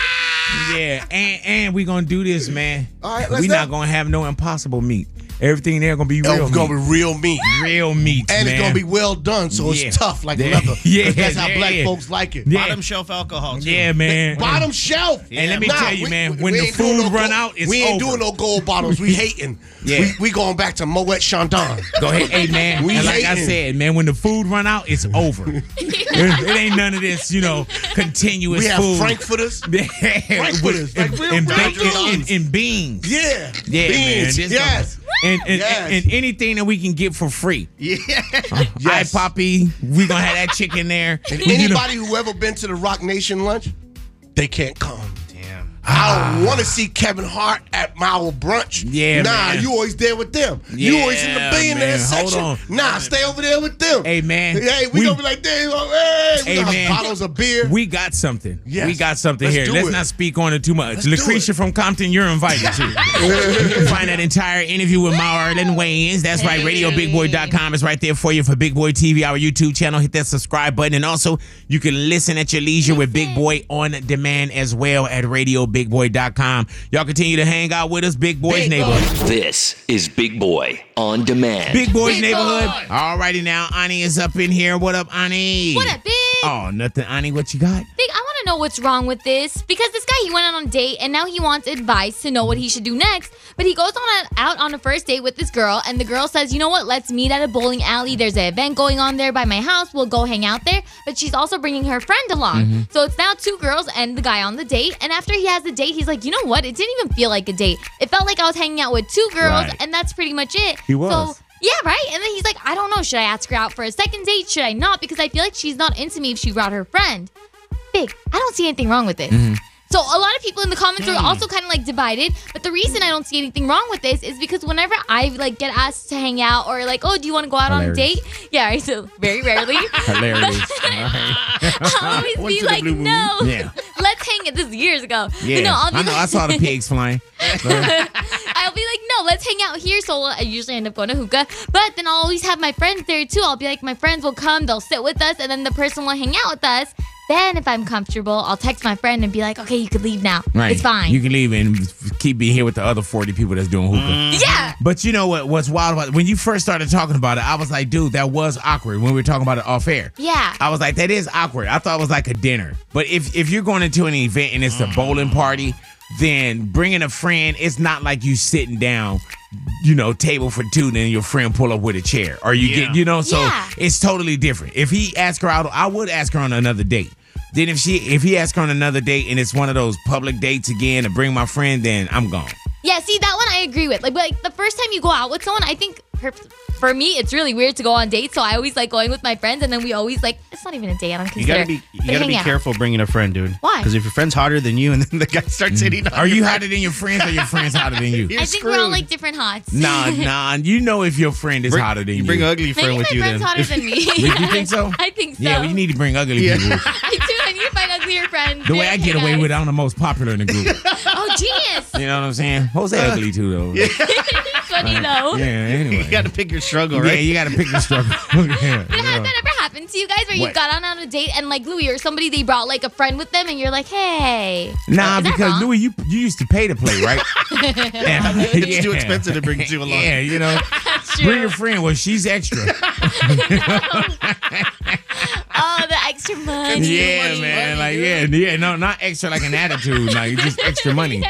Speaker 2: Yeah, and and we gonna do this, man.
Speaker 21: All right, let's
Speaker 2: we
Speaker 21: do
Speaker 2: not
Speaker 21: it.
Speaker 2: gonna have no impossible meat. Everything there gonna be
Speaker 21: Oh,
Speaker 2: real.
Speaker 21: it's gonna
Speaker 2: meat.
Speaker 21: be real meat.
Speaker 2: Real meat,
Speaker 21: And
Speaker 2: man.
Speaker 21: it's gonna be well done, so
Speaker 2: Yeah.
Speaker 21: it's tough like
Speaker 2: Yeah.
Speaker 21: leather. 'Cause
Speaker 2: Yeah,
Speaker 21: that's how
Speaker 2: yeah,
Speaker 21: black
Speaker 2: yeah.
Speaker 21: folks like it.
Speaker 2: Yeah.
Speaker 21: Bottom,
Speaker 4: Bottom shelf alcohol. Too.
Speaker 2: Yeah, man.
Speaker 21: bottom shelf.
Speaker 2: And let me tell you, man, when the
Speaker 21: ain't doing
Speaker 2: food
Speaker 21: no
Speaker 2: run
Speaker 21: gold-
Speaker 2: out, it's
Speaker 21: we ain't
Speaker 2: over.
Speaker 21: doing no gold bottles. We hating.
Speaker 2: Yeah.
Speaker 21: we, we going back to Moet Chandon.
Speaker 2: Go ahead, hey man.
Speaker 21: We
Speaker 2: and like I
Speaker 21: hating.
Speaker 2: said, man, when the food run out, it's over. it, it ain't none of this, you know, continuous
Speaker 21: We have
Speaker 2: food.
Speaker 21: frankfurters.
Speaker 2: Frankfurters,
Speaker 21: Frankfurters, like real
Speaker 2: and,
Speaker 21: brown
Speaker 2: bacon and,
Speaker 21: dudes.
Speaker 2: and beans.
Speaker 21: Yeah,
Speaker 2: Yeah,
Speaker 21: beans.
Speaker 2: man. this
Speaker 21: yes.
Speaker 2: gonna- and, and,
Speaker 21: Yes.
Speaker 2: and anything that we can get for free.
Speaker 21: Yeah.
Speaker 2: Hi, Poppy. We gonna have that chicken there.
Speaker 21: And
Speaker 2: We get a-
Speaker 21: anybody who ever been to the Rock Nation lunch, they can't come. Damn. I don't want to see Kevin Hart at my old brunch.
Speaker 2: Ah. Yeah,
Speaker 21: Nah,
Speaker 2: man.
Speaker 21: you always there with them. you always in the
Speaker 2: Yeah,
Speaker 21: billionaire
Speaker 2: man. Hold
Speaker 21: section.
Speaker 2: on.
Speaker 21: Nah, stay over there with them.
Speaker 2: Hey man.
Speaker 21: Hey, we, gonna be like, damn, hey, we
Speaker 2: Hey,
Speaker 21: got
Speaker 2: man.
Speaker 21: bottles of beer.
Speaker 2: We got something.
Speaker 21: Yes.
Speaker 2: We got something
Speaker 21: Let's
Speaker 2: here.
Speaker 21: do
Speaker 2: Let's
Speaker 21: it.
Speaker 2: not speak on it too much.
Speaker 21: do
Speaker 2: Lucretia from Compton, you're invited to. you can find that entire interview with Marlon Wayans. That's right. RadioBigBoy.com is right there for you for Big Boy TV, our YouTube channel. Hit that subscribe button. And also, you can listen at your leisure with Big Boy on demand as well at RadioBigBoy.com. Y'all continue to hang out with us, Big Boy's Neighborhood.
Speaker 1: This is Big Boy on Demand.
Speaker 2: Big Boys Neighborhood. Alrighty now, Ani is up in here. What up, Ani?
Speaker 3: What up, Big?
Speaker 2: Oh, nothing, Ani. What you got?
Speaker 3: Big, I want to know what's wrong with this because this guy he went out on a date and now he wants advice to know what he should do next. But he goes on a, out on a first date with this girl and the girl says, "You know what? Let's meet at a bowling alley. There's an event going on there by my house. We'll go hang out there." But she's also bringing her friend along.
Speaker 23: Mhm.
Speaker 3: So it's now two girls and the guy on the date. And after he has the date, he's like, "You know what? It didn't even feel like a date. It felt like I was hanging out with two girls
Speaker 23: Right.
Speaker 3: and that's pretty much it."
Speaker 23: He was.
Speaker 3: So yeah, right? And then he's like, I don't know. Should I ask her out for a second date? Should I not? Because I feel like she's not into me if she brought her friend. Big, I don't see anything wrong with this.
Speaker 2: Mm-hmm.
Speaker 3: So a lot of people in the comments
Speaker 2: Mm.
Speaker 3: are also kind of like divided. But the reason I don't see anything wrong with this is because whenever I like get asked to hang out or like, oh, do you want to go out on a
Speaker 2: Hilarious.
Speaker 3: date? Yeah, I so very rarely.
Speaker 2: Hilarious.
Speaker 3: I'll always be like, no.
Speaker 2: Yeah.
Speaker 3: Let's hang it. This is years ago. But
Speaker 2: Yeah,
Speaker 3: no, I'll be
Speaker 2: I know. I
Speaker 3: like-
Speaker 2: saw the pigs flying.
Speaker 3: I'll be like, no, let's hang out here. So I usually end up going to hookah. But then I'll always have my friends there too. I'll be like, my friends will come, they'll sit with us, and then the person will hang out with us. Then, if I'm comfortable, I'll text my friend and be like, okay, you could leave now.
Speaker 2: Right.
Speaker 3: It's fine.
Speaker 2: You can leave and f- keep being here with the other 40 people that's doing
Speaker 4: Mm.
Speaker 2: hookah.
Speaker 3: Yeah.
Speaker 2: But you know what? What's wild about when you first started talking about it, I was like, dude, that was awkward when we were talking about it off air.
Speaker 3: Yeah.
Speaker 2: I was like, that is awkward. I thought it was like a dinner. But if if you're going into an event and it's a bowling party, then bringing a friend, it's not like you sitting down, you know, table for two, then your friend pull up with a chair or you
Speaker 23: Yeah.
Speaker 2: get, you know, so
Speaker 23: Yeah.
Speaker 2: it's totally different. If he asked her out, I would ask her on another date. Then if she if he asks her on another date and it's one of those public dates again to bring my friend, then I'm gone.
Speaker 3: Yeah, see that one I agree with. Like, but, like the first time you go out with someone, I think for, for me it's really weird to go on dates. So I always like going with my friends, and then we always like it's not even a date. I don't
Speaker 4: You
Speaker 3: consider.
Speaker 4: gotta be
Speaker 3: but
Speaker 4: you gotta
Speaker 3: hang
Speaker 4: be
Speaker 3: out.
Speaker 4: careful bringing a friend, dude.
Speaker 3: Why?
Speaker 4: Because if your friend's hotter than you, and then the guy starts hitting, on
Speaker 2: Are you
Speaker 4: your
Speaker 2: hotter than your friends or your friends hotter than you?
Speaker 3: I think we're on like different hots.
Speaker 2: Nah, nah. You know if your friend is hotter than you. You bring an ugly
Speaker 3: Maybe my friend's hotter than me.
Speaker 2: you think so?
Speaker 3: I think so.
Speaker 2: Yeah, well, you need to bring ugly people.
Speaker 3: I do. I need to find uglier friends.
Speaker 2: The way I get away
Speaker 3: guys.
Speaker 2: with it, I'm the most popular in the group.
Speaker 3: oh, genius.
Speaker 2: You know what I'm saying? Jose ugly too though. Uh, Yeah,
Speaker 3: Funny though.
Speaker 2: Yeah, anyway. You gotta
Speaker 4: pick your struggle,
Speaker 2: Yeah,
Speaker 4: right?
Speaker 2: you gotta pick your struggle. yeah,
Speaker 3: But has that ever happened to you guys where you
Speaker 2: What?
Speaker 3: got on on a date and like Louis or somebody they brought like a friend with them and you're like, hey.
Speaker 2: Nah, because Louis, you you used to pay to play, right?
Speaker 4: It's too expensive to bring two along.
Speaker 2: Yeah, you know. Bring your friend. Well, she's extra.
Speaker 3: Oh, the extra money.
Speaker 2: yeah, man. Like, yeah, yeah. No, not extra like an attitude. Like, just extra money.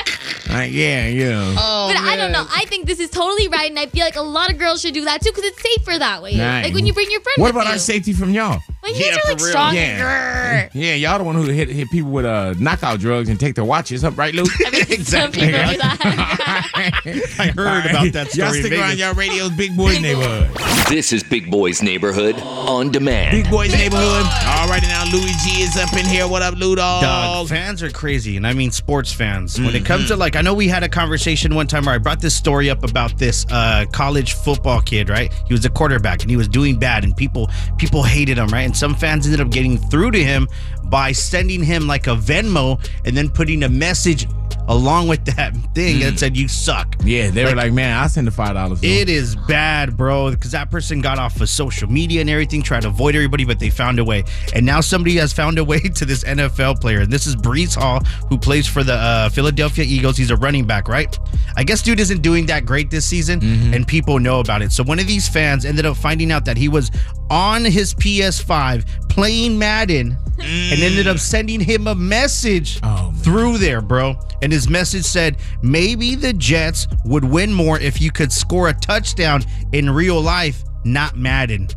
Speaker 2: Like, yeah, yeah.
Speaker 3: but I don't know. I think this is totally right, and I feel like a lot of girls should do that too because it's safer that way.
Speaker 2: Nah.
Speaker 3: Like when you bring your friend.
Speaker 2: What
Speaker 3: with
Speaker 2: about
Speaker 3: you.
Speaker 2: our safety from y'all?
Speaker 3: Well, you guys are like strong and grr.
Speaker 2: Yeah, y'all the one who hit hit people with uh knockout drugs and take their watches up, right, Luke?
Speaker 3: exactly.
Speaker 2: I
Speaker 4: heard about that
Speaker 2: Y'all
Speaker 4: story in
Speaker 2: stick around
Speaker 4: Vegas.
Speaker 2: y'all radio's Big Boy Neighborhood.
Speaker 1: This is Big Boy's Neighborhood on demand.
Speaker 2: Big Boy's Neighborhood. All right, now Louis G is up in here. What up, Ludo?
Speaker 4: Dog, fans are crazy, and I mean sports fans. When it comes to like, I know we had a conversation one time where I brought this story up about this uh, college football kid, right? He was a quarterback and he was doing bad, and people people hated him, right? And some fans ended up getting through to him by sending him like a Venmo and then putting a message along with that thing that said "you suck."
Speaker 2: Yeah, they were like, "Man, I send the five dollars."
Speaker 4: It is bad, bro, because that person got off of social media and everything, tried to avoid everybody, but they found a way. And now somebody has found a way to this NFL player. And this is Brees Hall, who plays for the uh, Philadelphia Eagles. He's a running back, right? I guess dude isn't doing that great this season,
Speaker 2: Mm-hmm.
Speaker 4: and people know about it. So one of these fans ended up finding out that he was on his PS5 playing Madden and ended up sending him a message
Speaker 2: Oh,
Speaker 4: through there, bro. And his message said, maybe the Jets would win more if you could score a touchdown in real life, not Madden.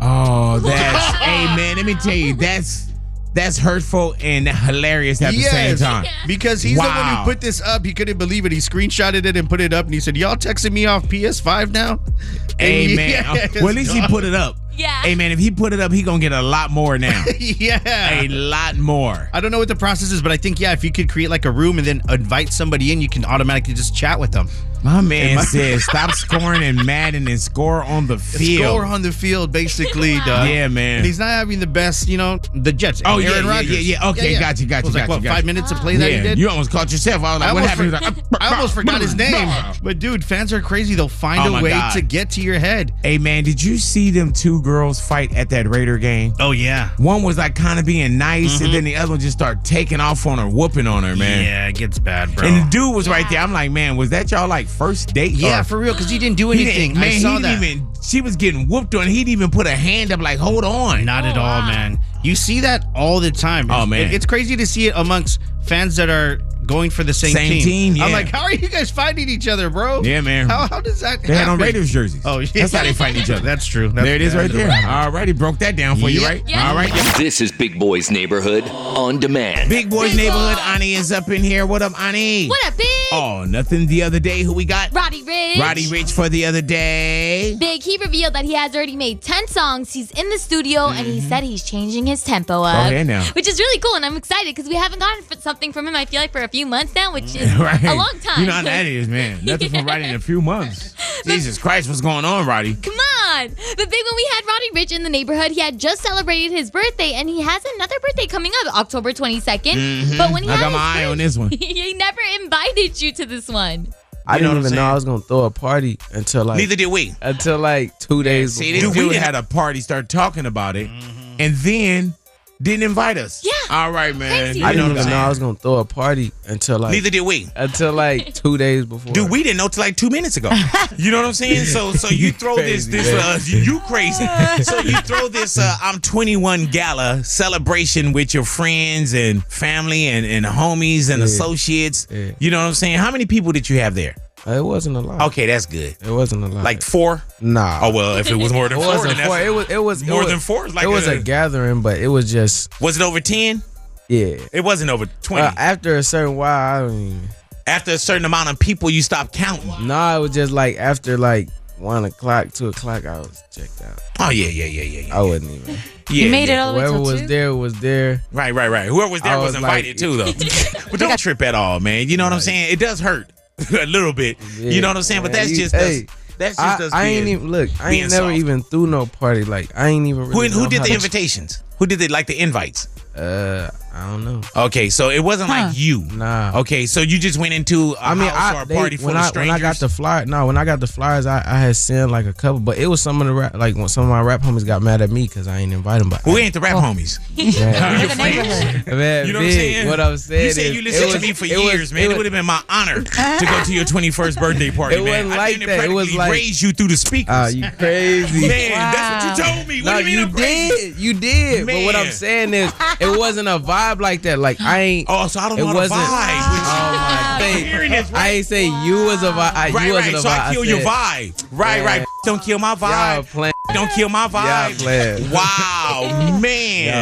Speaker 2: Oh, that's hey man. Let me tell you, that's that's hurtful and hilarious at the same time.
Speaker 4: Because he's the one
Speaker 2: Wow.
Speaker 4: who put this up. He couldn't believe it. He screenshotted it and put it up and he said, Y'all texting me off PS5 now?
Speaker 2: Hey man. well, at least he put it up.
Speaker 3: Yeah.
Speaker 2: Hey man, if he put it up, he gonna get a lot more now.
Speaker 4: yeah.
Speaker 2: A lot more.
Speaker 4: I don't know what the process is, but I think, yeah, if you could create like a room and then invite somebody in, you can automatically just chat with them.
Speaker 2: My man
Speaker 4: my-
Speaker 2: says, "Stop scoring in Madden and score on the field."
Speaker 4: Score on the field, basically, dog.
Speaker 2: Yeah, man.
Speaker 4: And he's not having the best, you know, the Jets.
Speaker 2: Oh yeah,
Speaker 4: Aaron
Speaker 2: yeah,
Speaker 4: Rodgers.
Speaker 2: yeah, yeah. Okay, got you,
Speaker 4: It
Speaker 2: got you,
Speaker 4: was
Speaker 2: got
Speaker 4: like,
Speaker 2: you.
Speaker 4: what,
Speaker 2: got
Speaker 4: five
Speaker 2: you.
Speaker 4: minutes of play that
Speaker 2: Yeah,
Speaker 4: he did?
Speaker 2: You almost caught yourself. I was like,
Speaker 4: I
Speaker 2: "What
Speaker 4: almost
Speaker 2: happened?" He was like,
Speaker 4: forgot- I almost forgot his name. But dude, fans are crazy. They'll find
Speaker 2: Oh,
Speaker 4: a
Speaker 2: my
Speaker 4: way
Speaker 2: God.
Speaker 4: to get to your head.
Speaker 2: Hey man, did you see them two girls fight at that Raider game?
Speaker 4: Oh yeah. Mm-hmm.
Speaker 2: One was like kind of being nice, and then the other one just started taking off on her, whooping on her, man.
Speaker 4: Yeah, it gets bad, bro.
Speaker 2: And the dude was right there. I'm like, man, was that y'all like first date?
Speaker 4: Yeah,
Speaker 2: Or-
Speaker 4: for real, because he didn't do
Speaker 2: He didn't-
Speaker 4: anything.
Speaker 2: man,
Speaker 4: I saw
Speaker 2: he
Speaker 4: that.
Speaker 2: didn't even. She was getting whooped on. He didn't even put a hand up. Like, hold on.
Speaker 4: Not at all, man. You see that all the time.
Speaker 2: Oh,
Speaker 4: It's-
Speaker 2: man.
Speaker 4: it- it's crazy to see it amongst fans that are going for the same,
Speaker 2: Same team, yeah.
Speaker 4: I'm like, how are you guys fighting each other, bro?
Speaker 2: Yeah, man.
Speaker 4: How, how does that?
Speaker 2: They had on
Speaker 4: happen?
Speaker 2: Raiders jerseys.
Speaker 4: Oh, yeah.
Speaker 2: That's how they fight each other.
Speaker 4: That's true.
Speaker 2: there it is, right there. All righty, broke that down for you,
Speaker 1: Yeah.
Speaker 2: right?
Speaker 1: Yeah.
Speaker 2: All right.
Speaker 1: This is Big Boy's Neighborhood on demand.
Speaker 2: Big Boys Neighborhood, Ani is up in here. What up, Ani?
Speaker 3: What up, big?
Speaker 2: Oh, nothing the other day. Who we got?
Speaker 3: Roddy Rich.
Speaker 2: Roddy Rich for the other day.
Speaker 3: Big, he revealed that he has already made 10 songs. He's in the studio and he
Speaker 2: Mm-hmm.
Speaker 3: said he's changing his tempo up.
Speaker 2: Okay, now.
Speaker 3: Which is really cool, and I'm excited because we haven't gotten f- something from him, I feel like, for a few months now, which is
Speaker 2: right.
Speaker 3: a long time.
Speaker 2: You know how that is, man. Nothing from Roddy in a few months. Jesus Christ, what's going on, Roddy?
Speaker 3: Come on! But big, when we had Roddy Rich in the neighborhood, he had just celebrated his birthday, and he has another birthday coming up, October 22nd.
Speaker 2: Mhm.
Speaker 3: But when he
Speaker 2: I
Speaker 3: had
Speaker 2: got
Speaker 3: his
Speaker 2: my eye on this one.
Speaker 3: he never invited you to this one.
Speaker 23: I
Speaker 2: You
Speaker 23: didn't
Speaker 2: know what I'm
Speaker 23: even know
Speaker 2: saying?
Speaker 23: I was gonna throw a party until like
Speaker 2: Neither did we.
Speaker 23: until like two days.
Speaker 2: See, this dude had a party, started talking about it,
Speaker 4: Mm-hmm.
Speaker 2: and then didn't invite us. Yeah. All right, man. You
Speaker 23: I didn't
Speaker 2: know what I'm
Speaker 23: even know I
Speaker 2: saying?
Speaker 23: was gonna throw a party until like
Speaker 2: Neither did we.
Speaker 23: until like two days before.
Speaker 2: Dude, we didn't know till like two minutes ago. You know what I'm saying? So, so you throw this,
Speaker 23: Crazy,
Speaker 2: this,
Speaker 23: man.
Speaker 2: uh, you crazy. So you throw this, uh, I'm 21 gala celebration with your friends and family and, and homies and
Speaker 23: Yeah. Uh,
Speaker 2: associates. You know what I'm saying? How many people did you have there?
Speaker 23: It wasn't a lot.
Speaker 2: Okay, that's good.
Speaker 23: It wasn't a lot.
Speaker 2: Like four?
Speaker 23: Nah.
Speaker 2: Oh well, if it was more than
Speaker 23: It
Speaker 2: four,
Speaker 23: wasn't
Speaker 2: then that's-
Speaker 23: four. It was. It was
Speaker 2: more
Speaker 23: it was-
Speaker 2: than four. It's Like
Speaker 23: it was
Speaker 2: a,
Speaker 23: a gathering, but it was just
Speaker 2: was it over ten?
Speaker 23: yeah.
Speaker 2: It wasn't over twenty.
Speaker 23: Uh, after a certain while, I don't even.
Speaker 2: After a certain amount of people, you stop counting.
Speaker 23: Nah, it was just like after like one o'clock, two o'clock, I was checked out.
Speaker 2: Oh yeah, yeah, yeah, yeah.
Speaker 23: I wasn't even.
Speaker 2: Yeah, You made it yeah. all the way
Speaker 23: Whoever
Speaker 2: till
Speaker 23: was
Speaker 2: two?
Speaker 23: there was there.
Speaker 2: Right, right, right. Whoever was there
Speaker 23: I
Speaker 2: was,
Speaker 23: was like-
Speaker 2: invited too, though. but don't trip at all, man. You know what I'm saying? It does hurt a little bit. you
Speaker 23: Yeah,
Speaker 2: know what I'm saying? But
Speaker 23: man,
Speaker 2: that's
Speaker 23: you-
Speaker 2: just us-
Speaker 23: hey,
Speaker 2: that's just
Speaker 23: I,
Speaker 2: us
Speaker 23: I ain't
Speaker 2: being-
Speaker 23: even look. I
Speaker 2: being
Speaker 23: ain't never
Speaker 2: soft.
Speaker 23: even threw no party. Like I ain't even.
Speaker 2: Who
Speaker 23: Really
Speaker 2: who
Speaker 23: know
Speaker 2: did
Speaker 23: how
Speaker 2: the
Speaker 23: to-
Speaker 2: invitations? Who did they like the invites?
Speaker 23: Uh, I don't know.
Speaker 2: Okay, so it wasn't like you. Nah. Okay, so you just went into a
Speaker 23: I mean,
Speaker 2: house
Speaker 23: I,
Speaker 2: or a
Speaker 23: they-
Speaker 2: party full
Speaker 23: when
Speaker 2: of
Speaker 23: I
Speaker 2: strangers.
Speaker 23: when I got the flyer, no, when I got the flyers, I, I had sent like a couple, but it was some of the rap, like when some of my rap homies got mad at me because I ain't invite them. But
Speaker 2: we ain't the rap homies.
Speaker 23: Yeah.
Speaker 2: Your friends.
Speaker 23: Man,
Speaker 2: You know what I'm
Speaker 23: big,
Speaker 2: saying?
Speaker 23: What I'm saying
Speaker 2: You said
Speaker 23: is,
Speaker 2: you
Speaker 23: it
Speaker 2: listened to
Speaker 23: was-
Speaker 2: me for
Speaker 23: it was-
Speaker 2: years, man. It,
Speaker 23: was-
Speaker 2: would have been my honor to go to your 21st birthday party,
Speaker 23: It
Speaker 2: man.
Speaker 23: wasn't
Speaker 2: I
Speaker 23: like
Speaker 2: didn't
Speaker 23: that. It
Speaker 2: practically
Speaker 23: was like-
Speaker 2: raised you through the speakers.
Speaker 23: Ah, you crazy.
Speaker 2: Man, that's what you told me. What
Speaker 23: no,
Speaker 2: do you mean I'm crazy?
Speaker 23: did. You did. But what I'm
Speaker 2: Man.
Speaker 23: saying is, it wasn't a vibe like that. Like I ain't.
Speaker 2: Oh, so I don't
Speaker 23: it
Speaker 2: know how to
Speaker 23: wasn't,
Speaker 2: vibe with you.
Speaker 23: Oh my
Speaker 2: You're
Speaker 23: thing.
Speaker 2: hearing this,
Speaker 23: I ain't say you was a vibe. I-
Speaker 2: Right,
Speaker 23: you
Speaker 2: right.
Speaker 23: wasn't
Speaker 2: So
Speaker 23: a vibe.
Speaker 2: I kill your
Speaker 23: said-
Speaker 2: vibe. Right, right.
Speaker 23: Man.
Speaker 2: Don't kill my
Speaker 23: Y'all
Speaker 2: vibe.
Speaker 23: playing.
Speaker 2: Don't kill my
Speaker 23: Y'all
Speaker 2: vibe.
Speaker 23: playing.
Speaker 2: Wow, man.
Speaker 23: Y'all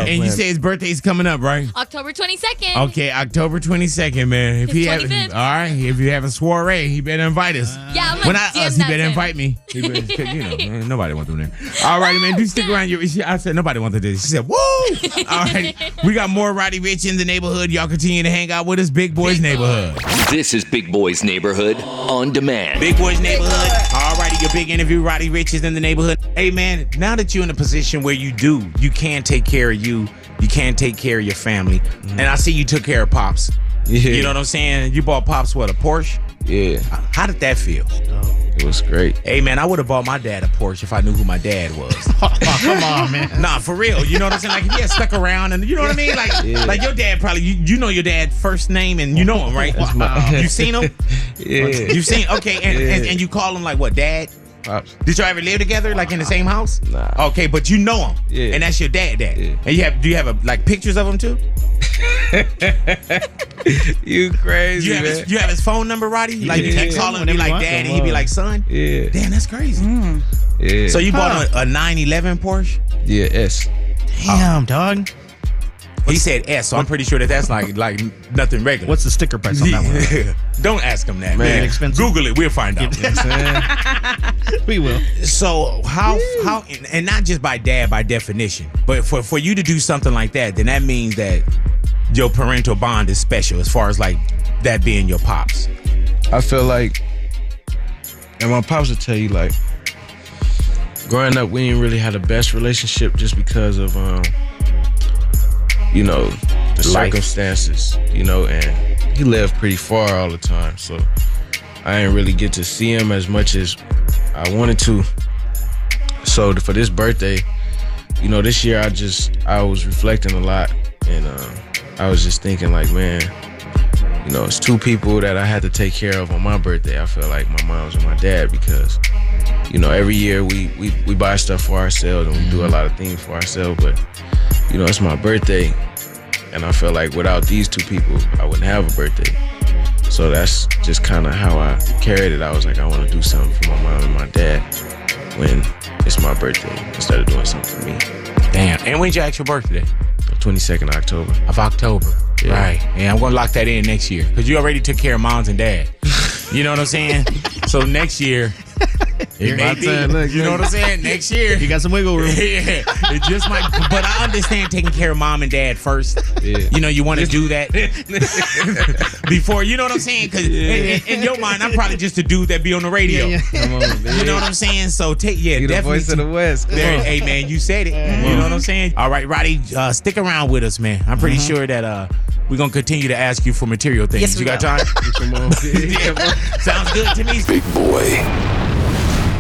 Speaker 2: And you
Speaker 23: playing.
Speaker 2: say his birthday's coming up, right?
Speaker 3: October 22nd.
Speaker 2: Okay, October 22nd, man. If
Speaker 3: It's
Speaker 2: he haven't,
Speaker 3: 25th.
Speaker 2: all right. If you have a soiree, he better invite us.
Speaker 3: Yeah, I'm gonna
Speaker 2: When I
Speaker 3: DM
Speaker 2: us, he
Speaker 3: that
Speaker 2: better
Speaker 3: to him.
Speaker 2: invite me. He better, you know, man, nobody wants them there. All righty, man. Do stick around. Your, she, I said nobody wants to do this. She said, "Woo!" All righty, we got more Roddy Rich in the neighborhood. Y'all continue to hang out with us, Big Boys Neighborhood.
Speaker 1: This is Big Boy's Neighborhood on demand.
Speaker 2: Big Boys Neighborhood. All righty, your big interview. Roddy Rich is in the neighborhood. Hey, man, now that you're in a position where you do, you can take care of you, you can take care of your family. And I see you took care of Pops.
Speaker 23: Mm-hmm. Yeah.
Speaker 2: You know what I'm saying? You bought Pops, what, a Porsche?
Speaker 23: Yeah,
Speaker 2: How did that feel?
Speaker 23: it was great.
Speaker 2: Hey, man, I would have bought my dad a Porsche if I knew who my dad was.
Speaker 23: Oh, come on, man.
Speaker 2: nah, for real. You know what I'm saying? Like, if he had stuck around and you know what I mean? Like,
Speaker 23: Yeah.
Speaker 2: like your dad probably, you, you know your dad first name and you know him, right?
Speaker 23: That's my-
Speaker 2: you seen him?
Speaker 23: Yeah.
Speaker 2: You've seen okay, and,
Speaker 23: Yeah.
Speaker 2: and, and you call him like what, dad?
Speaker 23: Pops.
Speaker 2: Did y'all ever live together, like in the same house?
Speaker 23: Nah.
Speaker 2: Okay, but you know him,
Speaker 23: Yeah.
Speaker 2: and that's your dad, dad. And you have, do you have a, like pictures of him too?
Speaker 23: You crazy,
Speaker 2: You have,
Speaker 23: man.
Speaker 2: his, you have his phone number, Roddy. Like you
Speaker 23: Yeah.
Speaker 2: can call him and
Speaker 23: Whenever
Speaker 2: be
Speaker 23: you
Speaker 2: like
Speaker 23: want.
Speaker 2: dad, and he'd be like son.
Speaker 23: yeah.
Speaker 2: Damn, that's crazy.
Speaker 11: Mm.
Speaker 23: Yeah.
Speaker 2: So you
Speaker 23: Huh.
Speaker 2: bought a, a 911 Porsche?
Speaker 23: Yeah, S.
Speaker 2: Damn, dog. He said S, so I'm pretty sure that that's like like nothing regular.
Speaker 11: What's the sticker price on that one?
Speaker 2: Yeah. Don't ask him that,
Speaker 11: Man.
Speaker 2: man.
Speaker 11: Expensive.
Speaker 2: Google it. We'll find out.
Speaker 11: we will.
Speaker 2: So how how and- and not just by dad by definition, but for for you to do something like that, then that means that your parental bond is special as far as like that being your pops.
Speaker 23: I feel like, and my pops would tell you like, growing up we didn't really have the best relationship just because of um, you know, the
Speaker 2: Life.
Speaker 23: circumstances, you know, and he lived pretty far all the time, so I didn't really get to see him as much as I wanted to. So for this birthday, you know, this year I just I was reflecting a lot, and um, I was just thinking like, man you know, it's two people that I had to take care of on my birthday. I feel like my mom's and my dad because, you know, every year we we, we buy stuff for ourselves and we do a lot of things for ourselves, but you know, it's my birthday. And I feel like without these two people, I wouldn't have a birthday. So that's just kind of how I carried it. I was like, I want to do something for my mom and my dad when it's my birthday instead of doing something for me.
Speaker 2: Damn. And when's your actual birthday?
Speaker 23: 22nd October.
Speaker 2: Of October.
Speaker 23: Yeah.
Speaker 2: Right. And I'm gonna lock that in next year. Cause you already took care of moms and dad. You know what I'm saying? so next year it may
Speaker 11: My
Speaker 2: be.
Speaker 11: turn, look,
Speaker 2: you know
Speaker 11: look.
Speaker 2: what I'm saying? Next year.
Speaker 11: You got some wiggle room.
Speaker 2: yeah, it just might. But I understand taking care of mom and dad first.
Speaker 23: Yeah.
Speaker 2: You know, you want to do that before. You know what I'm saying? Because in, in- in your mind, I'm probably just a dude that be on the radio.
Speaker 23: Come on,
Speaker 2: You know what I'm saying? So take yeah,
Speaker 23: You the
Speaker 2: definitely.
Speaker 23: voice of the West. Come
Speaker 2: There,
Speaker 23: on.
Speaker 2: hey
Speaker 23: Uh-huh.
Speaker 2: man, you said it. You know what I'm saying? All right, Roddy, uh, stick around with us, man. I'm pretty sure that uh,
Speaker 23: We're gonna continue to ask you for material things.
Speaker 24: Yes,
Speaker 23: you
Speaker 24: we
Speaker 23: got
Speaker 24: will.
Speaker 23: time? Yeah, well, Sounds good to me.
Speaker 10: Big boy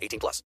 Speaker 16: 18 plus.